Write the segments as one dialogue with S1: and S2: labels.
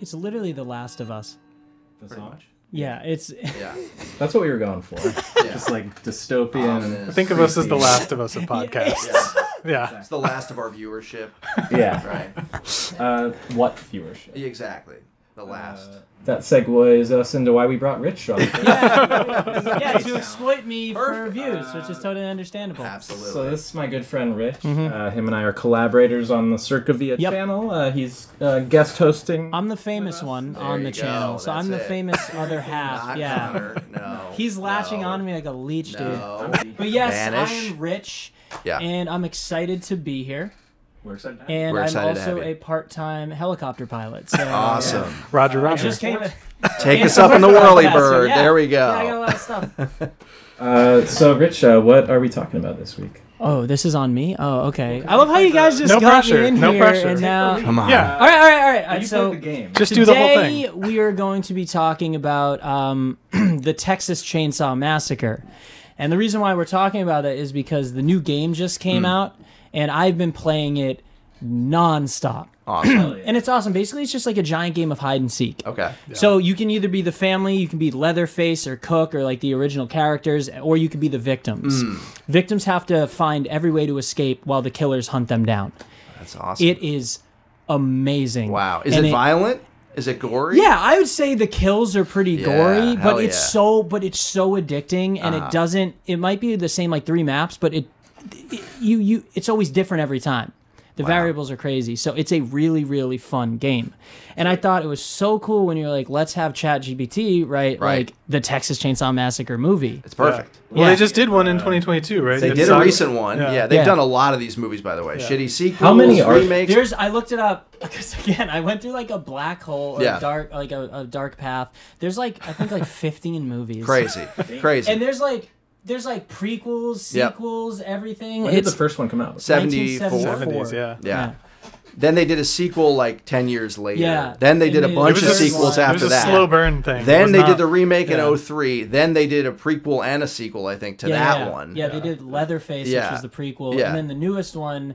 S1: It's literally The Last of Us.
S2: The song?
S1: Yeah, it's
S3: Yeah.
S4: That's what we were going for. Just like dystopian.
S3: Ominous.
S5: Think of us as the
S4: creepy.
S5: last of us of podcasts. yeah.
S3: It's the last of our viewership.
S4: Yeah.
S3: Right.
S4: Uh, what viewership?
S3: Exactly. The last.
S2: Uh,
S4: That segues us into why we brought Rich on.
S1: yeah to exploit me for
S3: Perfect.
S1: views, which is totally understandable.
S3: Absolutely.
S4: So this is my good friend Rich. Uh, him and I are collaborators on the Circovia
S1: Mm-hmm. Yep.
S4: channel. Uh, he's uh, guest hosting.
S1: I'm the famous one on
S3: you
S1: the
S3: go,
S1: channel, so I'm
S3: that's
S1: the
S3: it.
S1: famous other half.
S3: Not
S1: yeah,
S3: Connor, No.
S1: he's latching
S3: no,
S1: on me like a leech,
S4: Oh,
S3: No.
S1: dude. But yes,
S3: Vanish.
S1: I am rich,
S3: Yeah.
S1: and I'm excited to be here,
S4: We're excited. to have
S1: and
S3: We're
S1: I'm
S3: excited
S1: also
S3: to have
S1: a
S3: you. Oh,
S1: part-time helicopter pilot. So
S3: awesome.
S5: Roger,
S1: I
S5: Roger.
S1: just came.
S3: Take
S1: Yeah,
S3: us up in the
S1: we're
S3: whirly
S1: podcaster,
S3: bird.
S1: yeah.
S3: There we
S1: Yeah, I got a
S3: go.
S1: lot of stuff.
S4: you. Uh, so Rich, uh, what are we talking about this week?
S1: Oh, this is on me. Oh, okay. I love how you guys just
S5: No
S1: got
S5: pressure,
S1: me in
S5: no
S1: here
S5: pressure.
S1: and now. All
S3: Come on.
S5: Yeah.
S1: right, all right, all right. all right, so
S4: game.
S5: Just do the whole
S1: today
S5: thing.
S1: we are going to be talking about um, the Texas Chainsaw Massacre, and the reason why we're talking about that is because the new game just came out, and I've been playing it nonstop,
S3: Awesome.
S1: and it's awesome. Basically, it's just like a giant game of hide and seek.
S3: Okay.
S1: So you can either be the family, you can be Leatherface or Cook or like the original characters, or you could be the victims. Victims have to find every way to escape while the killers hunt them down.
S3: That's awesome.
S1: It is amazing.
S3: wow. Is
S1: And
S3: it violent? Is it gory?
S1: Yeah, I would say the kills are pretty gory,
S3: hell
S1: but it's
S3: yeah.
S1: so
S3: Uh-huh.
S1: but it's so addicting and it doesn't it might be the same like three maps, but it, it you you it's always different every time. The variables are crazy. So it's a really really fun game. And I thought it was so cool when you're like let's have ChatGPT write
S3: Right.
S1: like the Texas Chainsaw Massacre movie.
S3: It's perfect.
S5: Well,
S1: Yeah. Uh,
S5: they just did one in 2022, right?
S3: They
S5: It
S3: did a
S5: sucked.
S3: recent one. Yeah. they've
S1: Yeah.
S3: done a lot of these movies, by the way. Shitty sequels.
S4: How many are-
S3: remakes?
S1: There's I looked it up because again I went through like a black hole or
S3: Yeah.
S1: a dark like a, a dark path. There's like I think like 15 movies.
S3: Crazy. Crazy.
S1: And there's like there's like prequels,
S3: Yep.
S1: sequels, everything.
S4: When did
S1: it's
S4: the first one come out?
S3: 74.
S1: 1974.
S5: 70s, yeah.
S3: Yeah. Then they did a sequel like 10 years later.
S1: Yeah.
S3: Then they
S1: And
S3: did a
S1: they-
S3: bunch
S1: It
S3: of
S1: was a-
S3: sequels
S1: it
S5: It
S3: after
S5: was a
S3: that.
S5: slow burn thing. It was
S3: Then they
S5: not-
S3: did the remake
S5: yeah.
S3: in 03. Then they did a prequel and a sequel, I think, to
S1: yeah,
S3: that
S1: yeah.
S3: one.
S1: Yeah, they did Leatherface,
S3: Yeah.
S1: which was the prequel,
S3: Yeah.
S1: and then the newest one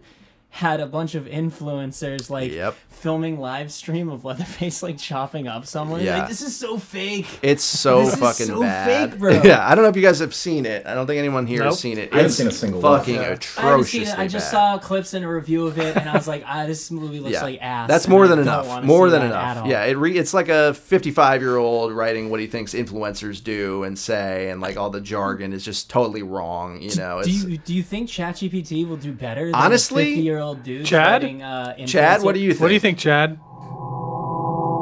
S1: had a bunch of influencers like
S3: Yep.
S1: filming live stream of Leatherface like chopping up someone.
S3: Yeah.
S1: Like this is so fake.
S3: It's so
S1: This is
S3: fucking
S1: so
S3: bad.
S1: fake, bro.
S3: Yeah, I don't know if you guys have seen it. I don't think anyone here
S5: Nope.
S3: has seen it.
S4: I haven't
S3: It's
S4: seen a single one.
S3: fucking
S4: Yeah.
S1: I haven't seen
S3: atrociously
S1: it. I just
S3: bad.
S1: saw clips and a review of it, and I was like, ah, this movie looks like ass.
S3: That's
S1: and
S3: more
S1: I
S3: than
S1: don't
S3: enough.
S1: wanna
S3: More
S1: see
S3: than
S1: that at
S3: enough.
S1: all.
S3: Yeah, it re- it's like a 55 year old writing what he thinks influencers do and say, and like all the jargon is just totally wrong. You know,
S1: Do
S3: it's,
S1: you do you think ChatGPT will do better? Than
S3: Honestly,
S1: fifty year old dude.
S5: Chad?
S1: writing, uh,
S3: Chad, what do
S1: influencer-
S3: you think?
S5: What do you think, Chad?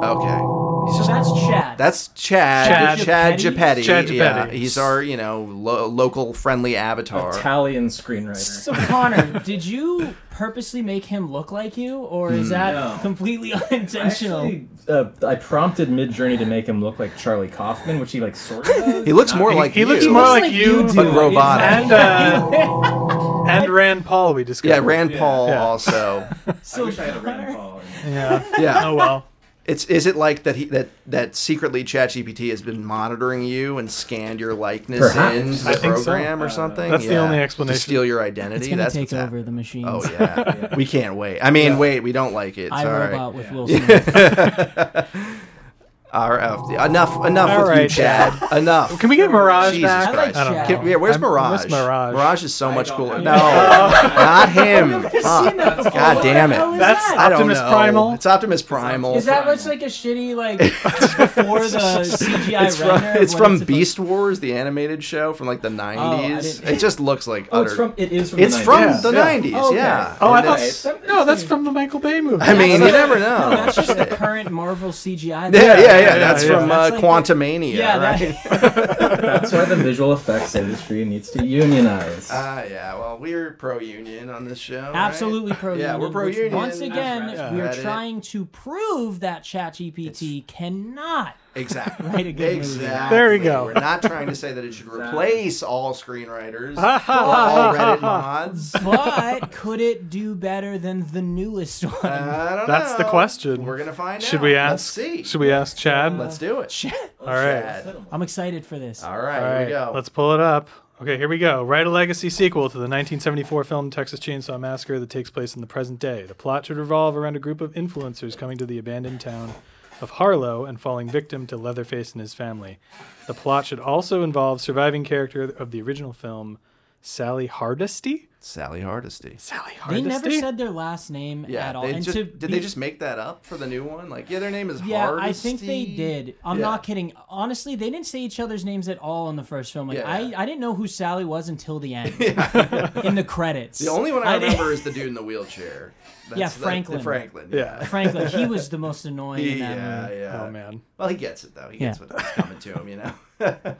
S3: Okay,
S1: So that's Chad.
S3: that's Chad.
S5: Chad
S3: Chad Gepetti.
S1: Gepetti?
S5: Chad Gepetti.
S3: Yeah, he's our you know lo- local friendly avatar.
S4: Italian screenwriter.
S1: So Connor, did you purposely make him look like you, or is that
S4: No.
S1: completely unintentional?
S4: Actually, uh, I prompted Midjourney to make him look like Charlie Kaufman, which he like sort of does.
S3: he looks more
S5: He-
S3: like
S5: he
S3: you.
S5: looks more like you,
S1: do.
S3: but robotic.
S5: And uh, and Rand Paul, we
S3: yeah,
S5: discovered.
S3: Rand Paul
S5: Yeah.
S3: also.
S1: so Connor,
S5: Yeah.
S3: Yeah.
S5: Oh well.
S3: It's is it like that he that that secretly ChatGPT has been monitoring you and scanned your likeness
S4: Perhaps.
S3: in
S4: I
S3: the
S5: think so. Uh,
S3: program or something?
S5: That's the only explanation.
S3: To steal your identity.
S1: it's gonna
S3: That's
S1: take
S3: what's happening.
S1: over the machines.
S3: Oh yeah. we can't wait. I mean, wait, we don't like it.
S1: I
S3: Sorry.
S1: robot with Will Smith.
S3: RF. uh, Enough. Enough
S5: All
S3: with you,
S5: right.
S3: Chad. enough.
S5: Can we get Mirage
S3: Jesus
S5: back?
S1: I like
S3: Christ.
S1: I don't know.
S3: Can- yeah, where's
S5: I'm- I
S3: Mirage?
S5: miss Mirage.
S3: is so much cooler. No, not him. Fuck. God
S1: What
S3: damn
S1: the hell is
S3: it.
S5: That's-
S1: that?
S3: I don't
S5: Optimus
S3: know.
S5: Primal?
S3: It's Optimus Primal.
S1: Is that what's like a shitty like before the CGI
S3: it's
S1: render?
S3: from, it's
S1: when
S3: from
S1: supposed-
S3: Beast Wars, the animated show from like the 90s.
S1: didn't-
S3: it just looks like
S4: Oh,
S3: utter.
S4: it's from. It is from.
S3: It's
S4: the
S3: from
S4: 90s.
S3: the
S5: Yeah.
S3: 90s,
S4: Okay.
S3: yeah.
S5: Oh, I
S3: And
S5: thought.
S3: it's-
S5: No, that's from the Michael Bay movie.
S3: I mean, you never
S1: No,
S3: know.
S1: that's just the current Marvel CGI.
S3: Oh, yeah, yeah, yeah, That's
S5: yeah.
S3: from
S1: That's
S3: uh,
S1: like the-
S3: Quantumania,
S1: Yeah,
S3: right?
S1: that-
S4: That's why the visual effects industry needs to unionize.
S3: Ah, yeah. Well, we're pro union on this show. right?
S1: Absolutely pro union.
S3: Yeah, we're pro union.
S1: Once again,
S3: That's
S1: we are
S3: Reddit.
S1: trying to prove that ChatGPT cannot.
S3: Exactly.
S1: Write a good movie.
S3: exactly.
S5: There we go.
S3: We're not trying to say that it should replace all screenwriters,
S5: Ha, ha,
S3: all
S5: ha, ha,
S3: Reddit mods.
S1: But could it do better than the
S3: Uh,
S1: newest one?
S3: I don't
S5: That's
S3: know.
S5: the question.
S3: We're gonna find out.
S5: Should we
S3: Let's
S5: ask?
S3: see.
S5: Should we ask Chad?
S3: Let's do it.
S5: All right.
S3: Chad.
S1: I'm excited for this.
S3: All right.
S5: All
S3: Here
S5: right,
S3: we go.
S5: let's pull it up. Okay, here we go. Write a legacy sequel to the 1974 film Texas Chainsaw Massacre that takes place in the present day. The plot should revolve around a group of influencers coming to the abandoned town of Harlow and falling victim to Leatherface and his family. The plot should also involve surviving character of the original film, Sally Hardesty.
S3: Sally Hardesty.
S5: Sally
S1: They
S5: Hardesty.
S1: never said their last name
S3: Yeah,
S1: at all.
S3: they
S1: and
S3: just,
S1: to
S3: did
S1: be-
S3: they just make that up for the new one? Like, yeah, their name is
S1: Yeah,
S3: Hardesty.
S1: I think they did. I'm
S3: Yeah.
S1: not kidding. Honestly, they didn't say each other's names at all in the first film. Like
S3: Yeah.
S1: I, I didn't know who Sally was until the end. in the credits.
S3: The only one I
S1: didn't-
S3: remember is the dude in the wheelchair. That's
S1: Yeah,
S3: the- the
S1: Franklin.
S3: Franklin.
S5: Yeah.
S1: Franklin, he was the most annoying in that
S3: yeah,
S1: movie.
S3: yeah.
S5: Oh man.
S3: Well, he gets it though. He gets
S1: um, Yeah.
S3: what's coming to him, you know. no,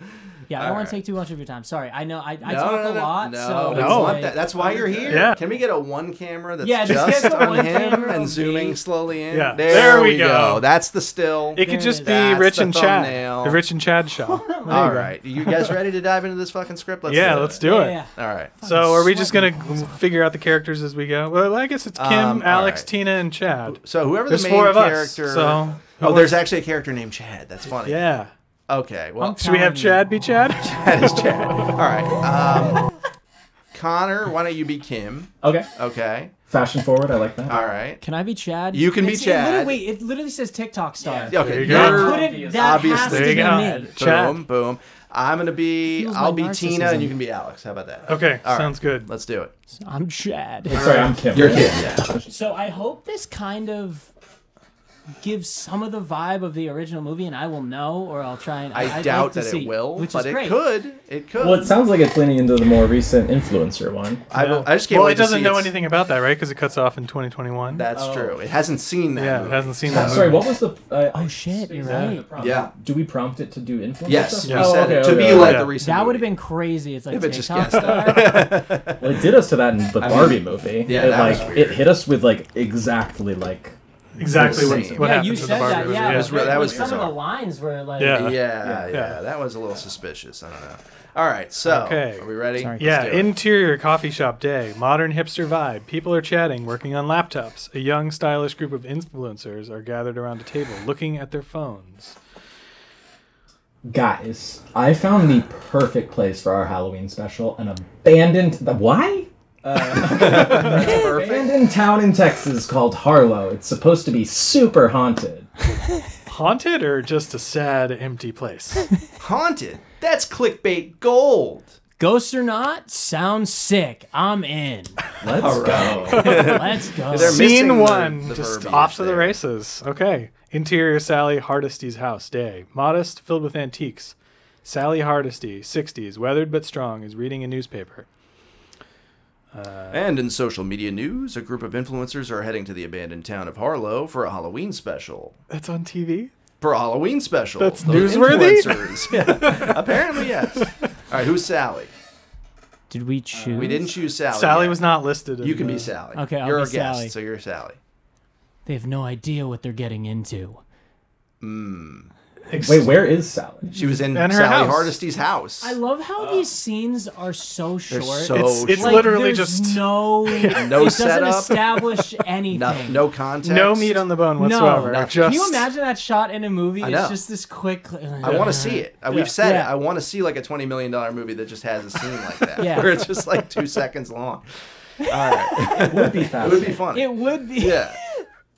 S1: Yeah, I don't want
S3: Alright.
S1: to take too much of your time. Sorry, I know I, I
S3: no,
S1: talk
S3: no,
S1: a lot.
S3: No,
S1: so
S3: we
S1: it's
S3: want
S1: like-
S3: that. That's why you're here.
S5: Yeah.
S3: Can we get a one camera that's
S1: Yeah, just
S3: just
S1: get the
S3: on
S1: one
S3: him
S1: camera of
S3: and
S1: me.
S3: zooming slowly in?
S5: Yeah.
S3: There,
S5: There
S3: we
S5: we
S3: go.
S5: go.
S3: That's the still.
S5: It could
S1: There
S5: just
S1: it
S5: be
S3: is. That's
S5: Rich
S3: the
S5: and Chad.
S3: thumbnail.
S5: The Rich and Chad show.
S3: All right. You guys ready to dive into this fucking script? Let's
S5: yeah,
S3: do it.
S5: let's
S1: yeah,
S5: do it.
S1: yeah.
S3: All right.
S5: So are we just gonna figure out the characters as we go? Well, I guess it's Kim,
S3: Um, all
S5: Alex,
S3: right.
S5: Tina, and Chad.
S3: So whoever
S5: There's
S3: the main
S5: four of us,
S3: character.
S5: so-
S3: oh, there's actually a character named Chad. That's funny.
S5: Yeah.
S3: Okay. Well,
S1: I'm
S5: Should we
S1: telling
S5: have
S1: you.
S5: Chad be Chad?
S3: that is Chad. All right. Um, Connor, why don't you be Kim?
S4: Okay.
S3: Okay.
S4: Fashion forward. I like that.
S3: All right.
S1: Can I be Chad?
S3: You can be
S1: It's- it literally-
S3: Chad.
S1: wait, it literally says TikTok star.
S3: Yeah, Okay.
S5: you go.
S3: you're-
S1: Put it, that
S3: Obviously.
S1: has to
S5: There
S1: be
S5: you go.
S1: me.
S5: Chad.
S3: Boom, boom. I'm gonna be.
S1: Feels
S3: I'll
S1: my
S3: be Tina,
S1: narcissism.
S3: and you can be Alex. How about that?
S5: Okay,
S3: All right.
S5: sounds good.
S3: Let's do it.
S1: I'm Chad.
S4: Sorry, I'm Kim.
S3: You're Kim. Yeah.
S1: So I hope this kind of gives some of the vibe of the original movie, and I will know, or I'll try and.
S3: I
S1: I'd
S3: doubt
S1: like to
S3: that
S1: see,
S3: it will,
S1: which
S3: but
S1: is
S3: it
S1: great.
S3: could. It could.
S4: Well, it sounds like it's leaning into the more recent influencer one.
S3: I, will- I just can't
S5: well,
S3: wait
S5: it doesn't
S3: to see
S5: know
S3: it's-
S5: anything about that, right? Because it cuts off in 2021.
S3: That's
S4: Oh.
S3: true. It hasn't seen that.
S5: yeah, it
S3: movie.
S5: hasn't seen that.
S4: Sorry,
S5: movie.
S4: what was the? Uh,
S1: Oh, shit, you're right.
S3: Yeah.
S4: Do we prompt it to do influencer?
S3: Yes,
S4: stuff?
S3: we
S4: Oh,
S3: said
S4: okay,
S3: it to
S4: okay,
S3: be
S4: okay.
S3: like
S5: Yeah.
S3: the recent.
S1: That would have
S3: movie.
S1: been crazy. It's like
S3: If it just
S1: TikTok
S3: guessed that.
S1: star.
S4: Well, it did us to that in the Barbie movie.
S3: yeah,
S4: it,
S3: that was
S4: like
S3: weird.
S4: it hit us with like exactly like
S5: exactly what,
S3: Same.
S5: what
S1: yeah,
S5: happened
S1: you
S5: to
S1: said
S5: the Barbie
S1: that.
S5: movie.
S1: Yeah,
S3: It was
S1: but
S3: re- that
S1: but
S3: was
S1: some of
S3: bizarre.
S1: the lines were like.
S5: Yeah.
S3: Yeah, yeah,
S5: Yeah.
S3: that was a little suspicious. I don't know. All right, so
S5: Okay.
S3: are we ready?
S1: Sorry.
S5: Yeah,
S3: Let's do it.
S5: interior coffee shop day, modern hipster vibe. People are chatting, working on laptops. A young, stylish group of influencers are gathered around a table, looking at their phones.
S4: guys. I found the perfect place for our Halloween special. An abandoned the why?
S3: Uh, perfect.
S4: Abandoned town in Texas called Harlow. It's supposed to be super haunted.
S5: Haunted or just a sad, empty place?
S3: Haunted. That's clickbait gold.
S1: Ghosts or not, sounds sick. I'm in.
S4: Let's go.
S1: Let's go.
S3: They're missing
S5: Scene
S3: the-
S5: one,
S3: the
S5: just
S3: verbiage
S5: off to the
S3: there.
S5: races. Okay. Interior Sally Hardesty's house day. Modest, filled with antiques. Sally Hardesty, 60s, weathered but strong, is reading a newspaper.
S3: And in social media news, a group of influencers are heading to the abandoned town of Harlow for a Halloween special.
S5: That's on TV?
S3: For a Halloween special.
S5: That's
S3: Those
S5: newsworthy?
S3: influencers. Yeah, Apparently, yes. All right, who's Sally?
S1: Did we choose?
S3: We didn't choose Sally.
S5: Sally
S3: yet.
S5: was not listed. in
S3: Oh, You can
S5: the-
S3: be Sally.
S1: Okay, I'll
S3: you're
S1: be
S3: a guest,
S1: Sally.
S3: so you're Sally.
S1: They have no idea what they're getting into.
S5: Ex-
S4: Wait, where is Sally?
S3: She was in
S5: And her
S3: Sally
S5: house.
S3: Hardesty's house.
S1: I love how these scenes are so short.
S3: so
S5: It's, it's
S1: Like,
S5: literally
S1: there's
S5: just
S1: no
S3: No
S1: it doesn't
S3: setup.
S1: establish anything.
S3: no, no context.
S5: no meat on the bone whatsoever.
S3: nothing.
S5: just
S1: Can you imagine that shot in a movie?
S3: I know.
S1: It's just this quick.
S3: I want to see it. Uh, We've said it.
S1: Yeah.
S3: I want to see like a twenty million dollar movie that just has a scene like that,
S1: Yeah.
S3: where it's just like two seconds long. All right,
S4: It would be
S3: it would be
S4: fascinating.
S3: funny.
S1: It would be.
S3: yeah.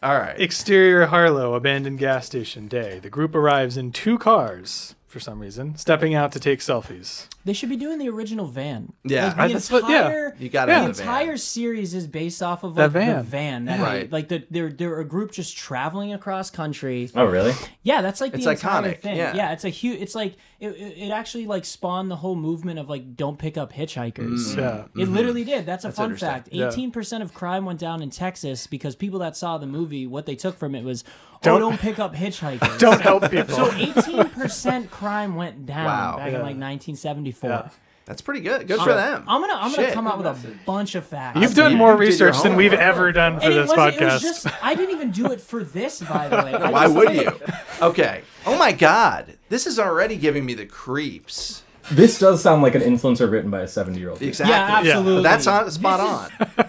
S3: All right.
S5: Exterior Harlow abandoned gas station day. The group arrives in two cars for some reason, stepping out to take selfies.
S1: They should be doing the original van.
S3: Yeah.
S1: Like,
S5: I-
S1: the
S5: that's what- yeah.
S1: entire,
S3: You got
S1: the
S3: it in the van.
S1: entire series is based off of
S5: That
S1: like,
S5: van.
S1: the van. That
S3: Right.
S1: Like the, they're they're a group just traveling across country.
S4: Oh really?
S1: Yeah, that's like
S3: It's
S1: the entire
S3: iconic,
S1: thing.
S3: yeah.
S1: Yeah. it's a huge. It's like it, it it actually like spawned the whole movement of like don't pick up hitchhikers.
S5: Mm. Yeah.
S1: It literally did. That's a fun
S3: Mm-hmm. interesting.
S1: fact.
S5: Yeah.
S1: Eighteen percent of crime went down in Texas because people that saw the movie, what they took from it was, oh,
S5: Don't-
S1: don't, pick up hitchhikers.
S5: Don't help people.
S1: So eighteen percent crime went down
S3: Wow.
S1: back
S5: Yeah.
S1: in like nineteen seventy four.
S5: Yeah.
S3: That's pretty good. Good for them.
S1: I'm gonna I'm
S3: Shit.
S1: gonna come out with a bunch of facts.
S5: You've done more
S3: you did your
S5: research than we've
S3: homework.
S5: ever done for
S1: And it
S5: this
S1: wasn't- it
S5: podcast.
S1: was just I didn't even do it for this, by the way. I
S3: Why
S1: just-
S3: would you? Okay. Oh my God. This is already giving me the creeps.
S4: This does sound like an influencer written by a seventy-year-old.
S3: Exactly.
S1: Yeah, absolutely.
S3: That's on, spot
S1: This is-
S3: on.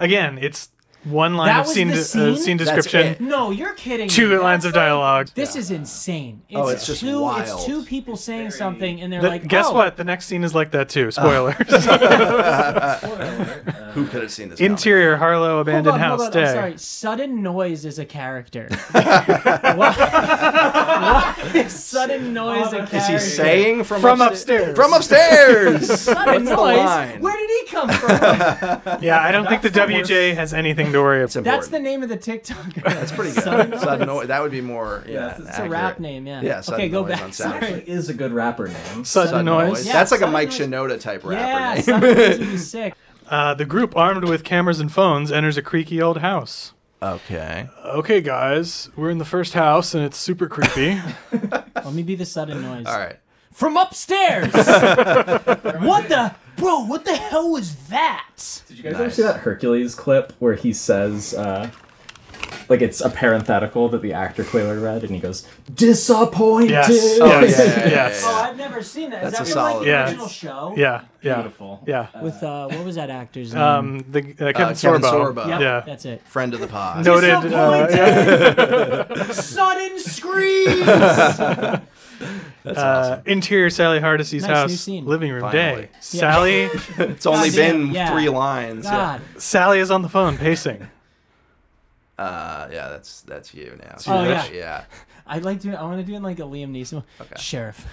S5: Again, it's one line
S1: That
S5: of
S1: was
S5: scene,
S1: the
S5: de- Uh,
S1: scene?
S5: scene
S3: That's it.
S5: description,
S1: No, you're kidding.
S5: two
S1: me.
S5: lines of
S1: That's like-
S5: dialogue.
S1: This is insane. It's
S3: Oh, it's just
S1: two,
S3: wild.
S1: It's two people saying something, and they're
S5: The-
S1: like,
S5: guess
S1: oh,
S5: what? The next scene is like that too. Spoilers.
S4: Spoiler alert. Uh,
S3: Who could have seen this? coming?
S5: Interior Harlow
S1: Hold
S5: abandoned
S1: on, hold
S5: house
S1: on, I'm
S5: day.
S1: sorry. Sudden noise is a character. why, why is sudden noise a character?
S4: Is
S3: Is he saying from
S5: From
S3: upsta-
S5: upstairs.
S3: From upstairs.
S1: sudden
S3: the
S1: noise?
S3: line?
S1: Where did he come from?
S5: Yeah, I don't think the
S4: That's the worst.
S5: WJ has anything to worry
S3: It's
S5: about.
S1: That's
S3: important.
S1: the name of the TikToker. That's
S3: Pretty good.
S1: Sudden
S3: Sudden
S1: noise.
S3: noise. That would be more. Yeah,
S4: it's a
S1: It's a rap name, yeah.
S3: Yeah,
S1: okay,
S3: sudden
S1: go
S3: noise
S1: back.
S3: on Saturday.
S1: Sorry.
S4: Actually, is a good rapper name.
S5: Sudden,
S3: Sudden
S5: noise.
S3: noise.
S1: Yeah,
S3: That's like a
S1: sudden
S3: Mike
S1: noise.
S3: Shinoda type
S1: Yeah,
S3: rapper name.
S1: sudden noise would be sick.
S5: Uh, the group, armed with cameras and phones, enters a creaky old house.
S3: okay.
S5: Okay, guys, we're in the first house and it's super creepy.
S1: Let me be the sudden noise.
S3: All right.
S1: From upstairs. what the bro? What the hell was that?
S4: Did you guys ever
S3: Nice.
S4: see that Hercules clip where he says, uh, like it's a parenthetical that the actor Quayler read, and he goes, disappointed.
S5: yes.
S3: Oh,
S5: yes.
S3: yeah, yeah, yeah,
S5: yes.
S1: Oh, I've never seen that. Is that
S3: That's a
S1: from like
S3: solid-
S1: the
S5: Yeah.
S1: original show?
S5: Yeah. Yeah.
S4: Beautiful.
S5: Yeah.
S1: With uh, what was that actor's name?
S5: Um, the uh, Kevin,
S3: Kevin
S5: Sorbo.
S3: Sorbo.
S1: Yep,
S5: yeah.
S1: that's it.
S3: Friend of the pod.
S5: Noted. uh,
S1: Sudden screams.
S3: That's
S5: uh, interior Sally Hardesty's
S1: Nice, new
S5: house,
S1: scene.
S5: living room
S3: Finally.
S5: day. Sally,
S3: It's only
S1: God
S3: been
S1: damn, yeah.
S3: three lines.
S1: God.
S5: Sally is on the phone pacing.
S3: Yeah. Uh, yeah, that's that's you now.
S1: Oh,
S3: That's-
S1: yeah. I'd like to. I want to do it like a Liam Neeson. one. Sheriff,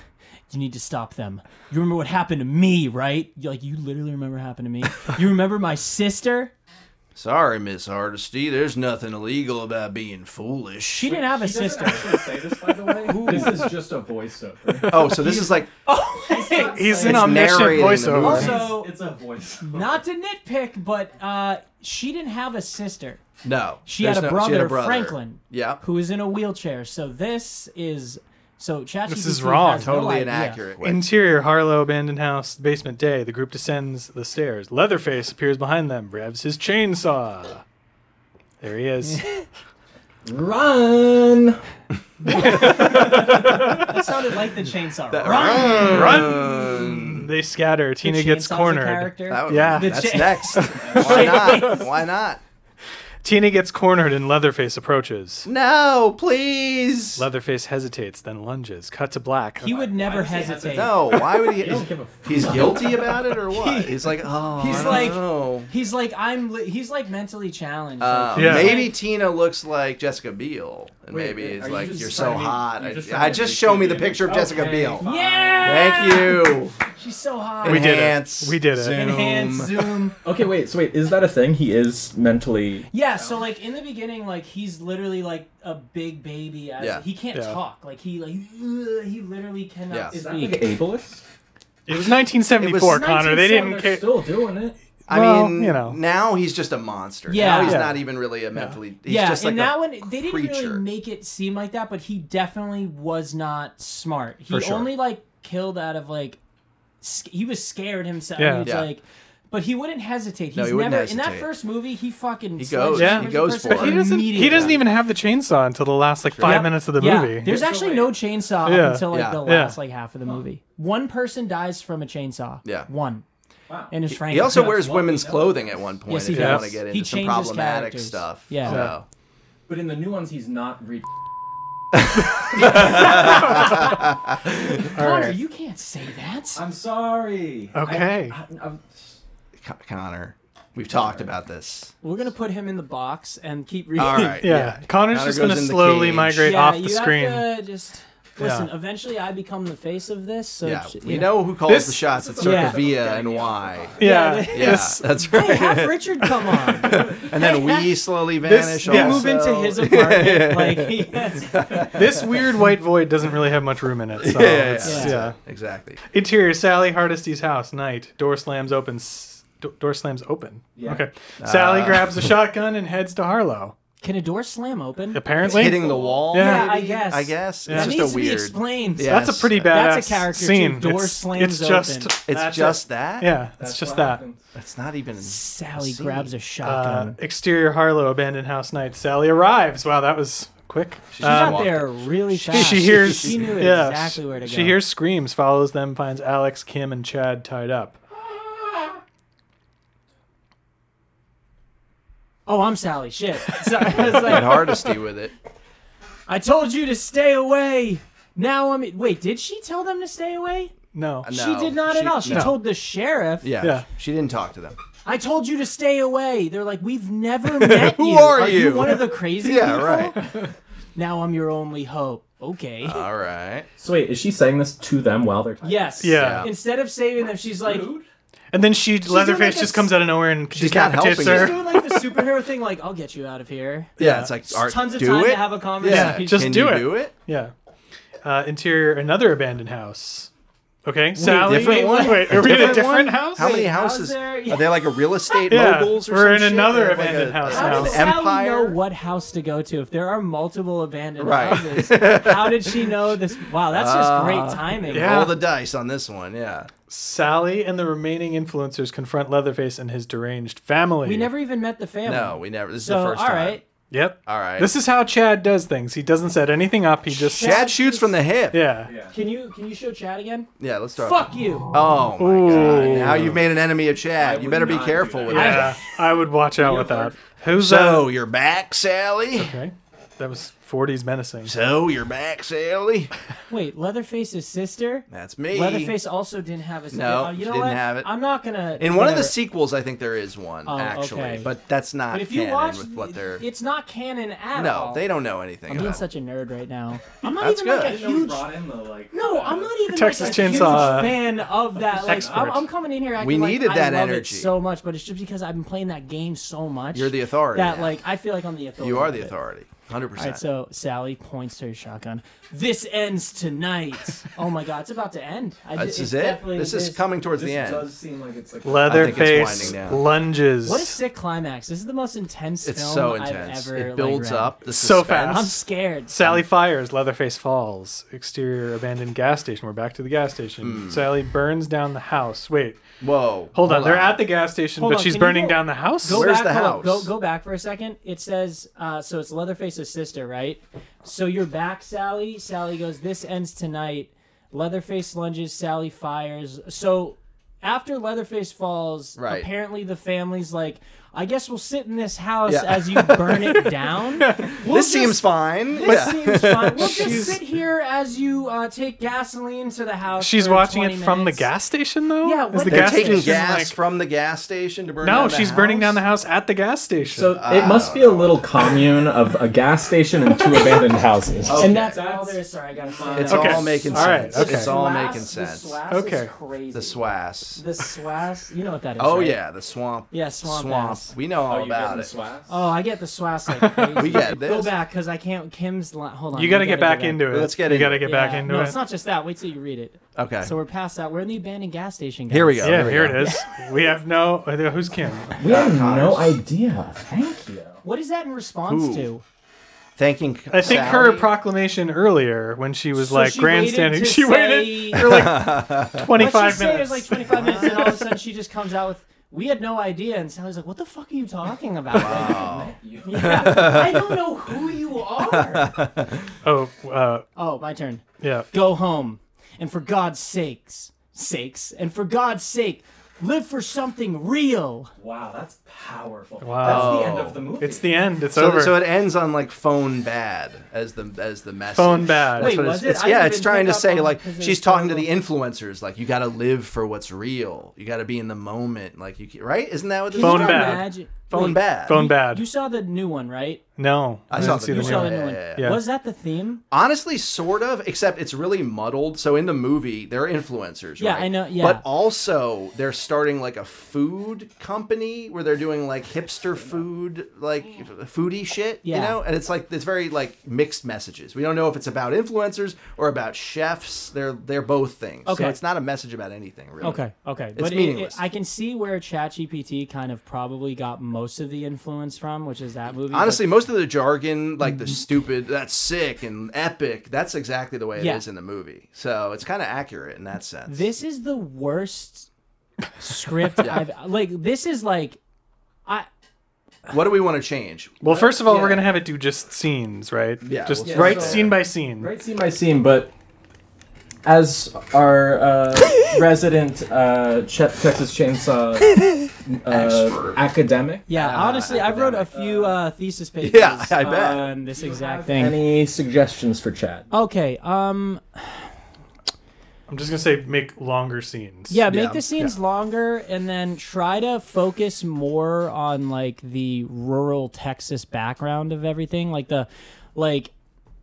S1: you need to stop them. You remember what happened to me, right? You- Like you literally remember what happened to me. You remember my sister?
S3: Sorry, Miss Hardesty. There's nothing illegal about being foolish.
S1: She didn't have a sister.
S4: say this, by the way. this is just a voiceover.
S3: Oh, so this is like
S5: He's
S3: It's
S5: an omniscient
S3: narrating the
S5: voiceover.
S3: movie.
S1: Also-
S4: it's a voiceover.
S1: Not to nitpick, but uh, she didn't have a sister.
S3: no.
S1: She
S3: there's
S1: had, a
S3: no-
S1: brother, Franklin,
S3: Yeah.
S1: who is in a wheelchair. So this is so ChatGPT.
S5: This is wrong.
S1: has no
S3: Totally
S1: idea.
S3: inaccurate.
S5: Interior Harlow abandoned house, basement day. The group descends the stairs. Leatherface appears behind them, revs his chainsaw. There he is.
S4: Run.
S1: That sounded like the chainsaw.
S3: That-
S1: Run!
S5: Run! They scatter. Tina gets
S1: Chainsaw's a
S5: cornered.
S1: character.
S3: That would-
S5: Yeah. The
S3: that's
S1: cha-
S3: next. Why not? Why not?
S5: Tina gets cornered and Leatherface approaches.
S3: No, please.
S5: Leatherface hesitates, then lunges. Cut to black.
S1: He would never
S4: does he hesitate?
S1: hesitate.
S3: No, why would he?
S4: don't give a fuck.
S3: he's guilty about it or what? he's like, oh,
S1: He's
S3: I don't
S1: like,
S3: know.
S1: he's like, I'm. Li- he's like mentally challenged.
S3: Uh,
S1: Like,
S5: Yeah.
S3: Maybe Tina looks like Jessica Biel, and
S4: Wait,
S3: maybe it's
S4: are you
S3: like
S4: just
S3: you're so
S4: trying to-
S3: hot.
S4: you're
S3: I-
S4: just
S3: I,
S4: trying to
S3: just
S4: make
S3: show me the
S4: it be-
S3: picture of Jessica
S4: Okay,
S3: Biel.
S4: fine.
S1: yeah.
S3: Thank you.
S1: She's so hot.
S5: We did
S3: Enhance,
S5: it. We did it.
S3: zoom.
S1: Enhance zoom.
S4: Okay, wait. So wait, is that a thing? He is mentally.
S1: Yeah, so like in the beginning, like he's literally like a big baby. As,
S3: Yeah.
S1: He can't
S5: Yeah.
S1: talk. Like he like ugh, he literally cannot
S3: Yeah.
S4: Is that like
S1: speak.
S4: ableist?
S5: It was 1974,
S3: It was
S5: Connor. They didn't
S4: They're
S5: care.
S4: still doing it.
S3: I
S5: Well,
S3: mean,
S5: you know.
S3: now he's just a monster.
S1: Yeah.
S3: now he's
S5: Yeah.
S3: not even really a mentally. He's
S1: yeah,
S3: just like
S1: in
S3: a
S1: that one, they didn't
S3: creature.
S1: really make it seem like that, but he definitely was not smart. He
S3: For sure.
S1: only like killed out of like sc- he was scared himself.
S5: Yeah.
S1: He was
S3: Yeah.
S1: like, but he wouldn't hesitate. He's
S3: No, he
S1: never
S3: wouldn't
S1: in that
S3: hesitate.
S1: first movie. He fucking
S3: He goes-
S5: Yeah. he
S3: goes for
S5: But he doesn't. He doesn't even have the chainsaw until the last like five
S1: Yep.
S5: minutes of the
S1: yeah.
S5: movie.
S1: There's
S4: So,
S1: actually
S4: like-
S1: no chainsaw
S5: Yeah.
S1: up until like
S3: Yeah.
S1: the
S5: Yeah.
S1: last like half of the movie. One person dies from a chainsaw.
S3: Yeah.
S1: One.
S4: Wow.
S1: And his Frank.
S3: He also wears
S4: what we
S3: women's
S4: know.
S3: clothing at one point
S1: Yes, he
S3: if you want
S5: does.
S3: to get
S1: He
S3: into some
S1: changes
S3: problematic
S1: characters.
S3: stuff.
S1: Yeah.
S3: So-
S4: But in the new ones, he's not. Re-
S1: Connor, you can't say that.
S4: I'm sorry.
S5: Okay.
S4: I, I, I'm,
S3: Con- Connor, we've talked about this.
S1: We're gonna put him in the box and keep reading.
S3: All right.
S5: yeah.
S3: yeah.
S5: Connor's
S3: Connor
S5: just
S3: goes
S5: gonna
S3: in the
S5: slowly
S3: cage.
S5: migrate
S1: Yeah,
S5: off the
S1: you
S5: screen.
S1: have to just listen. Eventually, I become the face of this. So
S3: Yeah,
S1: j-
S3: we
S1: yeah.
S3: know who calls
S5: This-
S3: the shots at
S1: Yeah.
S3: Circa Via and why.
S1: Yeah,
S5: Yeah.
S3: Yeah,
S5: this-
S3: that's
S1: Hey,
S3: right.
S1: have Richard come on.
S3: And then we slowly vanish.
S5: yeah.
S3: also.
S1: Move into his apartment. Like, yes.
S5: this weird white void doesn't really have much room in it. So
S3: Yeah, yeah,
S5: it's-
S3: yeah.
S5: yeah.
S3: Exactly.
S5: Interior Sally Hardesty's house. Night. Door slams open. S- do- door slams open.
S4: Yeah.
S5: Okay. Sally grabs a shotgun and heads to Harlow.
S1: Can a door slam open?
S5: Apparently,
S3: Hitting the wall.
S5: Yeah.
S1: Yeah, I guess.
S3: I guess
S5: Yeah.
S1: That
S3: it's just
S1: needs
S3: a
S1: to be
S3: weird.
S1: explained.
S3: Yeah.
S5: that's a pretty badass
S1: That's a character, too.
S5: scene.
S1: Door
S5: it's,
S1: slams
S5: it's just.
S1: open.
S3: It's
S5: that's
S3: just
S5: it.
S3: that.
S5: Yeah. It's
S4: that's
S5: just
S4: what
S5: that.
S4: happens.
S3: It's not even.
S1: Sally
S3: See.
S1: grabs a shotgun.
S5: Uh, exterior Harlow abandoned house night. Sally arrives. Wow, that was quick.
S3: She's
S1: She's
S5: Uh,
S1: out there really
S5: she,
S1: fast.
S5: she hears.
S1: She knew
S5: yeah,
S1: exactly where to go.
S5: She hears screams, follows them, finds Alex, Kim, and Chad tied up.
S1: Oh, I'm Sally. Shit. Sorry. I, was like,
S3: At Hardesty with it.
S1: I told you to stay away. Now I'm. Wait, did she tell them to stay away?
S5: No.
S3: Uh, No.
S1: She did not
S3: she-
S1: at all. She
S3: no.
S1: told the sheriff.
S3: Yeah.
S5: Yeah.
S3: She didn't talk to them.
S1: I told you to stay away. They're like, we've never met
S3: Who
S1: you.
S3: are
S1: you?
S3: you?"
S1: One of the crazy
S3: Yeah,
S1: people?
S3: right. Uh,
S1: Now I'm your only hope. Okay.
S3: All right.
S4: So wait, is she saying this to them while they're typing?
S1: yes.
S5: Yeah.
S1: Instead of saving them, she's like,
S5: And then she Leatherface
S1: like a s-
S5: just comes out of nowhere and
S3: not
S5: decapitates
S3: helping
S5: her.
S1: doing like the superhero thing, like, I'll get you out of here.
S3: Yeah, it's like all right,
S1: Tons of
S3: do
S1: time
S3: it.
S1: to have a
S3: yeah,
S1: conversation.
S5: just
S3: Can
S5: do
S3: you
S5: it.
S3: Do it.
S5: Yeah. Uh, interior, another abandoned house. Okay, Sally.
S3: different
S5: wait,
S3: one?
S5: wait,
S3: A
S5: are we in a
S3: different
S5: different
S3: one?
S5: house?
S3: How many
S1: Wait, how's
S3: houses
S1: there-
S3: are they? Like a real estate
S5: Yeah,
S3: moguls or
S5: we're in
S3: some shit?
S5: another
S3: Or like
S5: abandoned
S3: a-
S5: house
S3: an
S1: how
S5: now.
S1: does Sally
S3: empire.
S1: know what house to go to if there are multiple abandoned
S3: Right. Uh,
S1: houses? How did she know this? Wow, that's just great timing.
S5: yeah.
S3: Roll the dice on this one. Yeah.
S5: Sally and the remaining influencers confront Leatherface and his deranged family.
S1: We never even met the family.
S3: No, we never. This is
S1: So,
S3: the
S1: all
S3: first time.
S1: right.
S5: Yep.
S3: All right.
S5: This is how Chad does things. He doesn't set anything up. He just.
S3: Chad shoots from the hip. Yeah,
S5: Yeah.
S1: Can you can you show Chad again?
S3: let's start.
S1: Fuck you.
S3: Oh my
S5: Ooh.
S3: god! Now you've made an enemy of Chad. You
S4: would
S3: better be
S4: not do
S3: careful
S4: that.
S3: with that.
S5: Yeah. I would watch out with that. Who's
S3: So you're back, Sally.
S5: that? Okay. That was 40s menacing.
S3: So you're back, Sally.
S1: Wait, Leatherface's sister.
S3: That's me.
S1: Leatherface also didn't have his.
S3: No,
S1: you know
S3: didn't
S1: what?
S3: have it.
S1: I'm not gonna.
S3: In one of the
S1: whatever.
S3: sequels, I think there is one
S1: Oh,
S3: actually,
S1: okay.
S3: but that's not
S1: But if you
S3: canon
S1: watch,
S3: with what they're.
S1: it's not canon at all.
S3: No, they don't know anything.
S1: I'm being
S3: about
S1: such a nerd right now. I'm not
S3: That's
S1: even like
S3: good.
S1: a
S3: You
S1: huge.
S4: in the like.
S1: No, I'm not even like
S5: Texas
S1: a
S5: Chainsaw
S1: huge fan of that. Like, I'm,
S5: expert.
S1: I'm coming in here. Acting
S3: We
S1: like
S3: needed
S1: I
S3: that
S1: love it
S3: energy.
S1: so much, but it's just because I've been playing that game so much.
S3: You're the authority.
S1: That
S3: now.
S1: like I feel like I'm the authority.
S3: you are the
S1: of it.
S3: authority. Hundred
S1: All right,
S3: percent.
S1: so Sally points to her shotgun. This ends tonight. oh my god, it's about to end. I ju-
S3: Uh, This
S1: it's
S3: is it.
S1: definitely-
S3: This is
S1: it's-
S3: coming towards the end.
S4: seem like it's like.
S5: Leatherface
S3: winding down.
S5: lunges.
S1: What a sick climax! This is the most intense
S3: It's
S1: film
S3: so
S1: I've
S3: intense.
S1: ever.
S3: It
S1: like,
S3: builds
S1: read.
S3: up. The
S5: So
S3: suspense.
S1: I'm
S5: fast.
S1: scared.
S5: Sally fires, Leatherface falls. Exterior abandoned gas station. We're back to the gas station. Sally burns down the house. Wait,
S3: Whoa.
S5: hold on. They're at the gas station,
S1: Hold
S5: but
S1: on,
S5: she's
S1: can you
S5: burning
S1: go-
S5: down the house?
S1: Go
S3: Where's
S1: back,
S3: the
S1: hold on,
S3: house?
S1: Go go back for a second. It says uh, so it's Leatherface's sister, right? So you're back, Sally. Sally goes, "This ends tonight." Leatherface lunges. Sally fires. So after Leatherface falls,
S3: Right.
S1: apparently the family's like, "I guess we'll sit in this house
S3: Yeah.
S1: as you burn it down." We'll
S3: this
S1: just-
S3: seems fine.
S1: This
S3: yeah.
S1: seems fine. We'll just
S5: She's-
S1: sit here as you uh, take gasoline to the house.
S5: She's
S1: for
S5: watching
S1: 20
S5: it from the
S1: minutes.
S5: gas station, though.
S1: Yeah,
S5: Is
S1: what the-
S5: the
S3: They're
S5: gas
S3: taking
S5: station
S3: gas
S5: like-
S3: from the gas station to burn.
S5: No,
S3: down the
S5: she's burning down the
S3: house?
S5: house at the gas station.
S4: So um, it must be a little commune of a gas station and two abandoned houses.
S1: And that's all there is. Sorry, I gotta find
S3: It's
S1: out.
S5: Okay.
S3: all making
S5: All right,
S3: sense.
S5: okay.
S3: It's all
S1: Swass-
S3: making sense.
S1: The
S3: The
S1: swass
S5: Okay.
S1: Is crazy.
S3: swass.
S1: The swass. You know what that is.
S3: Oh
S1: right?
S3: yeah, the swamp.
S1: Yeah, swamp ass.
S3: We know all about it.
S4: Uh,
S1: Oh, I get the swass like crazy.
S3: We get
S1: Go
S3: this.
S1: back because I can't. Kim's. Li- hold on.
S5: you got to get back into it.
S3: Let's get
S5: You
S3: into
S5: got to
S3: it.
S5: get back into
S1: no,
S5: it.
S1: it's not just that. Wait till you read it.
S3: Okay.
S1: So we're past that. We're in the abandoned gas station. Guys.
S3: Here we go.
S5: yeah,
S3: we
S5: here
S3: go.
S5: it is. We have no. uh, Who's Kim?
S4: We have no idea. Thank you.
S1: What is that in response
S3: Ooh.
S1: to?
S3: Thanking.
S5: I think her
S3: Sally.
S5: proclamation earlier when she was
S1: So
S5: like
S1: she waited
S5: grandstanding,
S1: to
S5: she
S1: say-
S5: waited for like
S1: Let's
S5: 25
S1: just say
S5: minutes.
S1: there's like 25 minutes, and all of a sudden she just comes out with, "We had no idea." And Sally's like, "What the fuck are you talking about?"
S3: Oh.
S1: Yeah, I don't know who you are.
S5: oh, uh,
S1: Oh, my turn.
S5: yeah.
S1: Go home, and for God's sakes, sakes, and for God's sake, live for something real.
S4: Wow, that's powerful.
S5: Wow.
S4: That's the end of the movie.
S5: It's the end. It's
S3: So,
S5: over.
S3: so it ends on like phone bad as the as the message.
S5: Phone bad.
S3: That's
S1: Wait,
S3: what
S1: was
S3: it's,
S1: it?
S3: it's-
S1: I
S3: yeah,
S1: didn't
S3: it's
S1: even
S3: trying to
S1: pick up
S3: say
S1: on
S3: like
S1: it 'cause it
S3: she's
S1: was
S3: talking to the
S1: terrible.
S3: influencers like you got to live for what's real. You got to be in the moment. Like you ca- right? Isn't that what this
S5: Phone
S3: is?
S5: bad.
S3: Phone
S1: Wait,
S3: bad.
S5: Phone bad.
S1: You saw the new one, right?
S5: no,
S3: I
S5: I, didn't
S3: saw
S5: see
S3: the
S5: the
S1: You
S3: new
S1: saw
S5: movie.
S1: the
S3: Yeah,
S1: new one.
S3: yeah,
S5: yeah.
S1: Was that the theme?
S3: Honestly, sort of, except it's really muddled. So in the movie, they're influencers.
S1: Yeah,
S3: right?
S1: I know- yeah.
S3: But also, they're starting like a food company where they're doing like hipster food, like foodie shit. You
S1: Yeah.
S3: know, and it's like it's very like mixed messages. We don't know if it's about influencers or about chefs. They're they're both things.
S1: Okay.
S3: So it's not a message about anything really.
S1: Okay, okay. but it-
S3: meaningless.
S1: It, I can see where ChatGPT kind of probably got most of the influence from, which is that movie. but-
S3: Honestly, most of the jargon, like
S1: Mm-hmm.
S3: the stupid, that's sick and epic, that's exactly the way it is
S1: Yeah.
S3: in the movie. So it's kind of accurate in that sense.
S1: This is the worst script I've like. This is like, I
S3: what do we want to change?
S5: Well, first of all,
S3: Yeah.
S5: we're gonna have it do just scenes, right?
S3: Yeah,
S5: Just
S3: we'll-
S5: right
S3: Yeah.
S5: scene by scene.
S4: Right scene by scene, but as our uh, resident uh, Ch- Texas Chainsaw uh, academic,
S1: yeah.
S3: Ah,
S1: honestly, I've wrote a few uh, thesis papers.
S3: Yeah, I bet.
S1: on this exact thing.
S4: any suggestions for Chad?
S1: Okay. Um.
S5: I'm just gonna say make longer scenes.
S1: Yeah,
S3: Yeah,
S1: make the scenes longer and then try to focus more on like the rural Texas background of everything. Like the like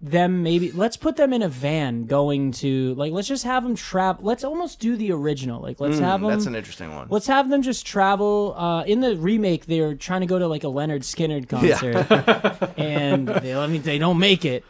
S1: them maybe let's put them in a van going to like let's just have them travel. Let's almost do the original. Like let's have them
S3: Mm, That's an interesting one.
S1: Let's have them just travel. Uh, in the remake, they're trying to go to like a Leonard Skinner concert, and they, I mean, they don't make it.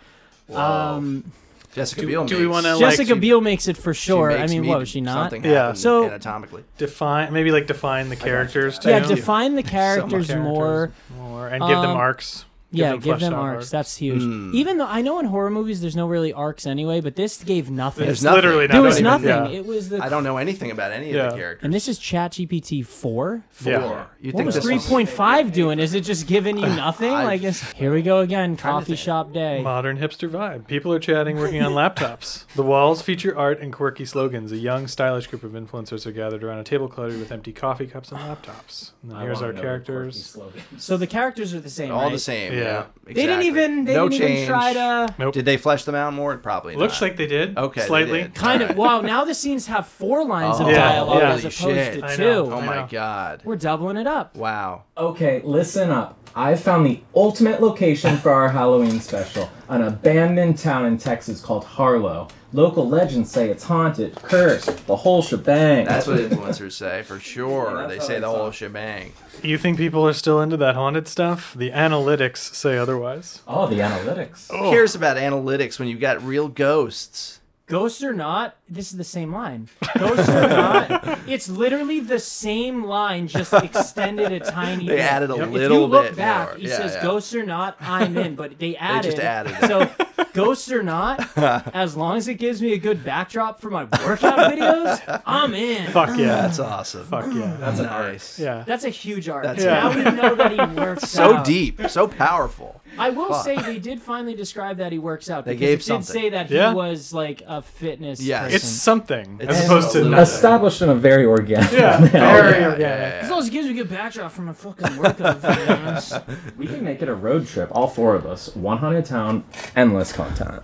S3: Jessica Biel.
S5: do we
S3: makes-
S5: wanna, like,
S1: Jessica
S5: she-
S1: Biel makes it for sure.
S3: she
S1: I
S3: makes
S1: mean,
S3: me
S1: what was she not?
S3: Something
S5: Yeah.
S3: happen
S1: So-
S3: anatomically.
S5: Define maybe like define the characters.
S1: Yeah,
S5: too.
S1: define the characters,
S5: Characters
S1: more.
S5: more, and give them
S1: Um,
S5: arcs.
S1: Yeah, give
S5: fleshed
S1: them
S5: out
S1: arcs. That's huge.
S3: Hmm.
S1: Even though I know in horror movies there's no really arcs anyway, but this gave nothing.
S3: There's nothing.
S5: literally
S1: there was
S5: even-
S1: nothing.
S5: yeah.
S1: It was the
S3: I don't know anything about any of
S5: Yeah.
S3: the characters.
S1: and this is ChatGPT four.
S5: Yeah.
S3: Four. You
S1: What
S3: think
S1: was
S3: this
S1: three
S3: was-
S1: point five doing? Is it just giving you nothing?
S3: I-
S1: like it's, here we go again. Coffee
S3: think.
S1: shop day.
S5: Modern hipster vibe. People are chatting, working on laptops. The walls feature art and quirky slogans. A young, stylish group of influencers are gathered around a table cluttered with empty coffee cups and laptops. And then
S4: I
S5: here's
S4: wanna
S5: our
S4: know the quirky
S5: characters.
S4: slogans.
S1: So the characters are the same.
S3: All
S1: right?
S3: the same.
S5: Yeah.
S3: Yeah.
S1: They didn't
S3: exactly.
S1: even. They
S3: no
S1: didn't
S3: change.
S1: even try to.
S5: Nope.
S3: Did they flesh them out more? Probably.
S5: Looks
S3: not.
S5: like they did.
S3: Okay, they
S5: Slightly.
S3: did.
S1: Kind of.
S3: Alright.
S1: Wow. Now the scenes have four lines
S3: Oh,
S1: of dialogue
S5: yeah.
S1: as
S3: Holy
S1: opposed
S3: shit.
S1: to
S5: I
S1: two.
S5: know.
S3: Oh
S5: I
S3: my
S5: know.
S3: god.
S1: We're doubling it up.
S3: Wow.
S4: Okay, listen up. I found the ultimate location for our Halloween special an abandoned town in Texas called Harlow. Local legends say it's haunted, cursed, the whole shebang.
S3: That's what influencers say for sure.
S4: that's
S3: they
S4: how
S3: say
S4: they
S3: the whole
S4: sound.
S3: shebang.
S5: You think people are still into that haunted stuff? The analytics say otherwise.
S4: Oh, the analytics.
S3: Who cares about analytics when you got real ghosts?
S1: Ghosts or not, this is the same line. Ghosts or not, it's literally the same line, just extended a tiny
S3: They
S1: bit.
S3: added a
S1: if
S3: little
S1: you look
S3: bit
S1: back,
S3: more.
S1: He
S3: Yeah,
S1: says
S3: yeah.
S1: ghosts or not, I'm in, but they added.
S3: just added
S1: So ghosts or not, as long as it gives me a good backdrop for my workout videos, I'm in.
S5: Fuck yeah.
S3: That's awesome.
S5: Fuck yeah.
S3: That's nice.
S5: Yeah.
S1: That's a huge arc.
S3: That's
S1: now
S5: it.
S1: we know that he works
S3: So
S1: out.
S3: deep, so powerful.
S1: I will
S3: Fuck.
S1: say they did finally describe that he works out.
S3: They
S1: because
S3: gave
S1: it
S3: something.
S1: did say that
S5: Yeah.
S1: he was like a fitness.
S3: Yes.
S1: person.
S5: It's something
S3: It's
S5: as opposed to
S3: so
S5: nothing.
S3: little.
S4: Established in a very organic
S5: Yeah.
S3: Oh,
S5: Very
S3: yeah,
S5: organic.
S3: yeah,
S1: as
S3: yeah.
S1: long as it gives me a good backdrop for my fucking workout videos.
S4: We can make it a road trip, all four of us. One haunted town, endless content.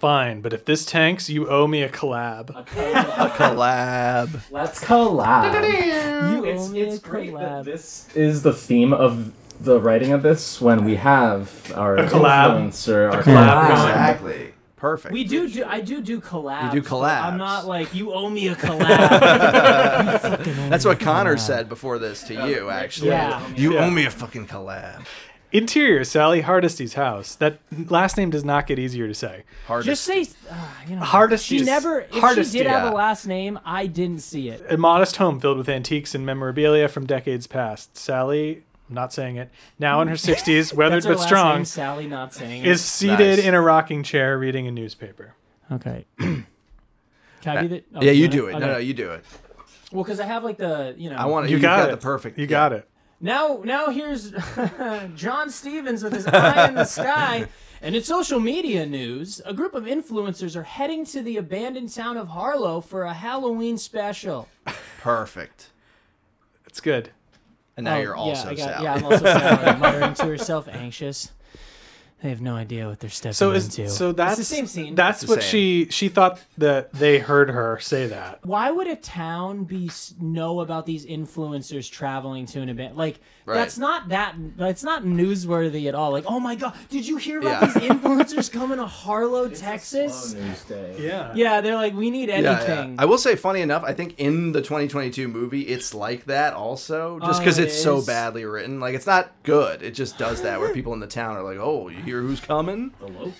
S5: Fine, but if this tanks, you owe me a collab.
S3: Collab.
S4: Let's collab.
S1: You
S4: It's,
S1: owe me
S4: it's
S1: a
S4: great that
S1: collab.
S4: this is the theme of the writing of this when we have our
S5: collab.
S4: influencer, our
S5: collab.
S4: collab.
S3: Exactly. Perfect.
S1: We do do. I do do collabs.
S3: You do
S1: but I'm
S3: collabs.
S1: not like you owe me a collab.
S3: That's what Connor said before this to you, actually.
S1: Yeah.
S3: You owe me a fucking collab.
S5: Interior, Sally Hardisty's house. That last name does not get easier to say.
S3: Hardest.
S1: Just say, uh, you know,
S5: Hardest
S1: She
S5: is-
S1: never. If
S5: hardest,
S1: she did have
S3: yeah.
S1: a last name, I didn't see it.
S5: A modest home filled with antiques and memorabilia from decades past. Sally, I'm not saying it, now in her 60s, weathered
S1: That's her
S5: but
S1: last
S5: strong,
S1: name, Sally not saying it.
S5: is seated
S3: Nice.
S5: in a rocking chair reading a newspaper.
S1: okay. Can I be the? oh,
S3: Uh, yeah, you
S1: wanna-
S3: do it.
S1: Okay.
S3: No, no, you do it.
S1: Well, because I have like the you know.
S3: I want
S5: You,
S3: you.
S5: got, it.
S3: the perfect.
S5: You got it.
S1: Now, now here's John Stevens with his eye in the sky. And in social media news, a group of influencers are heading to the abandoned town of Harlow for a Halloween special.
S3: Perfect.
S5: It's good.
S3: And now
S1: Oh,
S3: you're also
S1: yeah, I got-
S3: Sally.
S1: Yeah, I'm also Sally, muttering to herself, anxious. They have no idea what they're stepping
S5: So is
S1: into.
S5: so that's
S1: it's the same scene.
S5: That's
S3: It's the
S5: what she she thought that they heard her say that.
S1: Why would a town be s- know about these influencers traveling to an event? Like
S3: Right.
S1: that's not that that's not newsworthy at all. Like, oh my god, did you hear about
S3: Yeah.
S1: these influencers coming to Harlow, Texas?
S5: Yeah.
S1: Yeah, they're like, we need
S3: Yeah, yeah.
S1: anything.
S3: I will say, funny enough, I think in the 2022 movie, it's like that also, just
S1: Oh,
S3: because
S1: it
S3: it's so
S1: is.
S3: badly written. Like, it's not good. It just does that where people in the town are like, oh, you hear who's coming?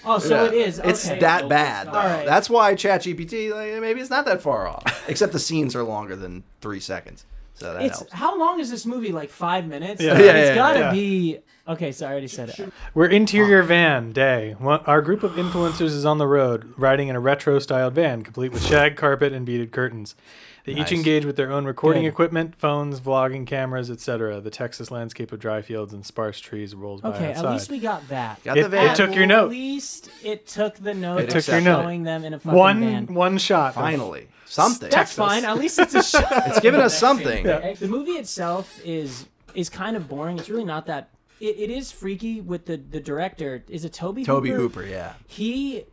S1: Oh, so
S3: Yeah.
S1: it is.
S3: It's
S1: okay.
S3: that bad. Though.
S1: All right.
S3: That's why ChatGPT, like, maybe it's not that far off. Except the scenes are longer than three seconds. So that
S1: It's
S3: helps.
S1: how long is this movie? Like five minutes?
S5: Yeah.
S1: Like,
S5: Yeah,
S1: it's
S3: yeah,
S1: gotta
S5: yeah.
S1: be. Okay, so I already said it.
S5: We're interior van day. One, our group of influencers is on the road, riding in a retro styled van, complete with shag carpet and beaded curtains. They each
S3: Nice.
S5: engage with their own recording
S1: Good.
S5: equipment, phones, vlogging cameras, etc. The Texas landscape of dry fields and sparse trees rolls by
S1: Okay,
S5: outside.
S1: at least we got that.
S3: Got
S5: It-
S3: the
S5: it
S3: van.
S5: took- your note.
S1: At least it took the note.
S3: It
S1: of
S3: took your
S5: note.
S1: Showing them in a fucking
S5: one
S1: van.
S5: one shot. of-
S3: Finally, something.
S1: That's fine. At least it's a shot.
S3: It's giving us something.
S1: The movie itself is is kind of boring. It's really not that. It, it is freaky with the the director. Is it Toby?
S3: Toby
S1: Hooper?
S3: Hooper, yeah.
S1: He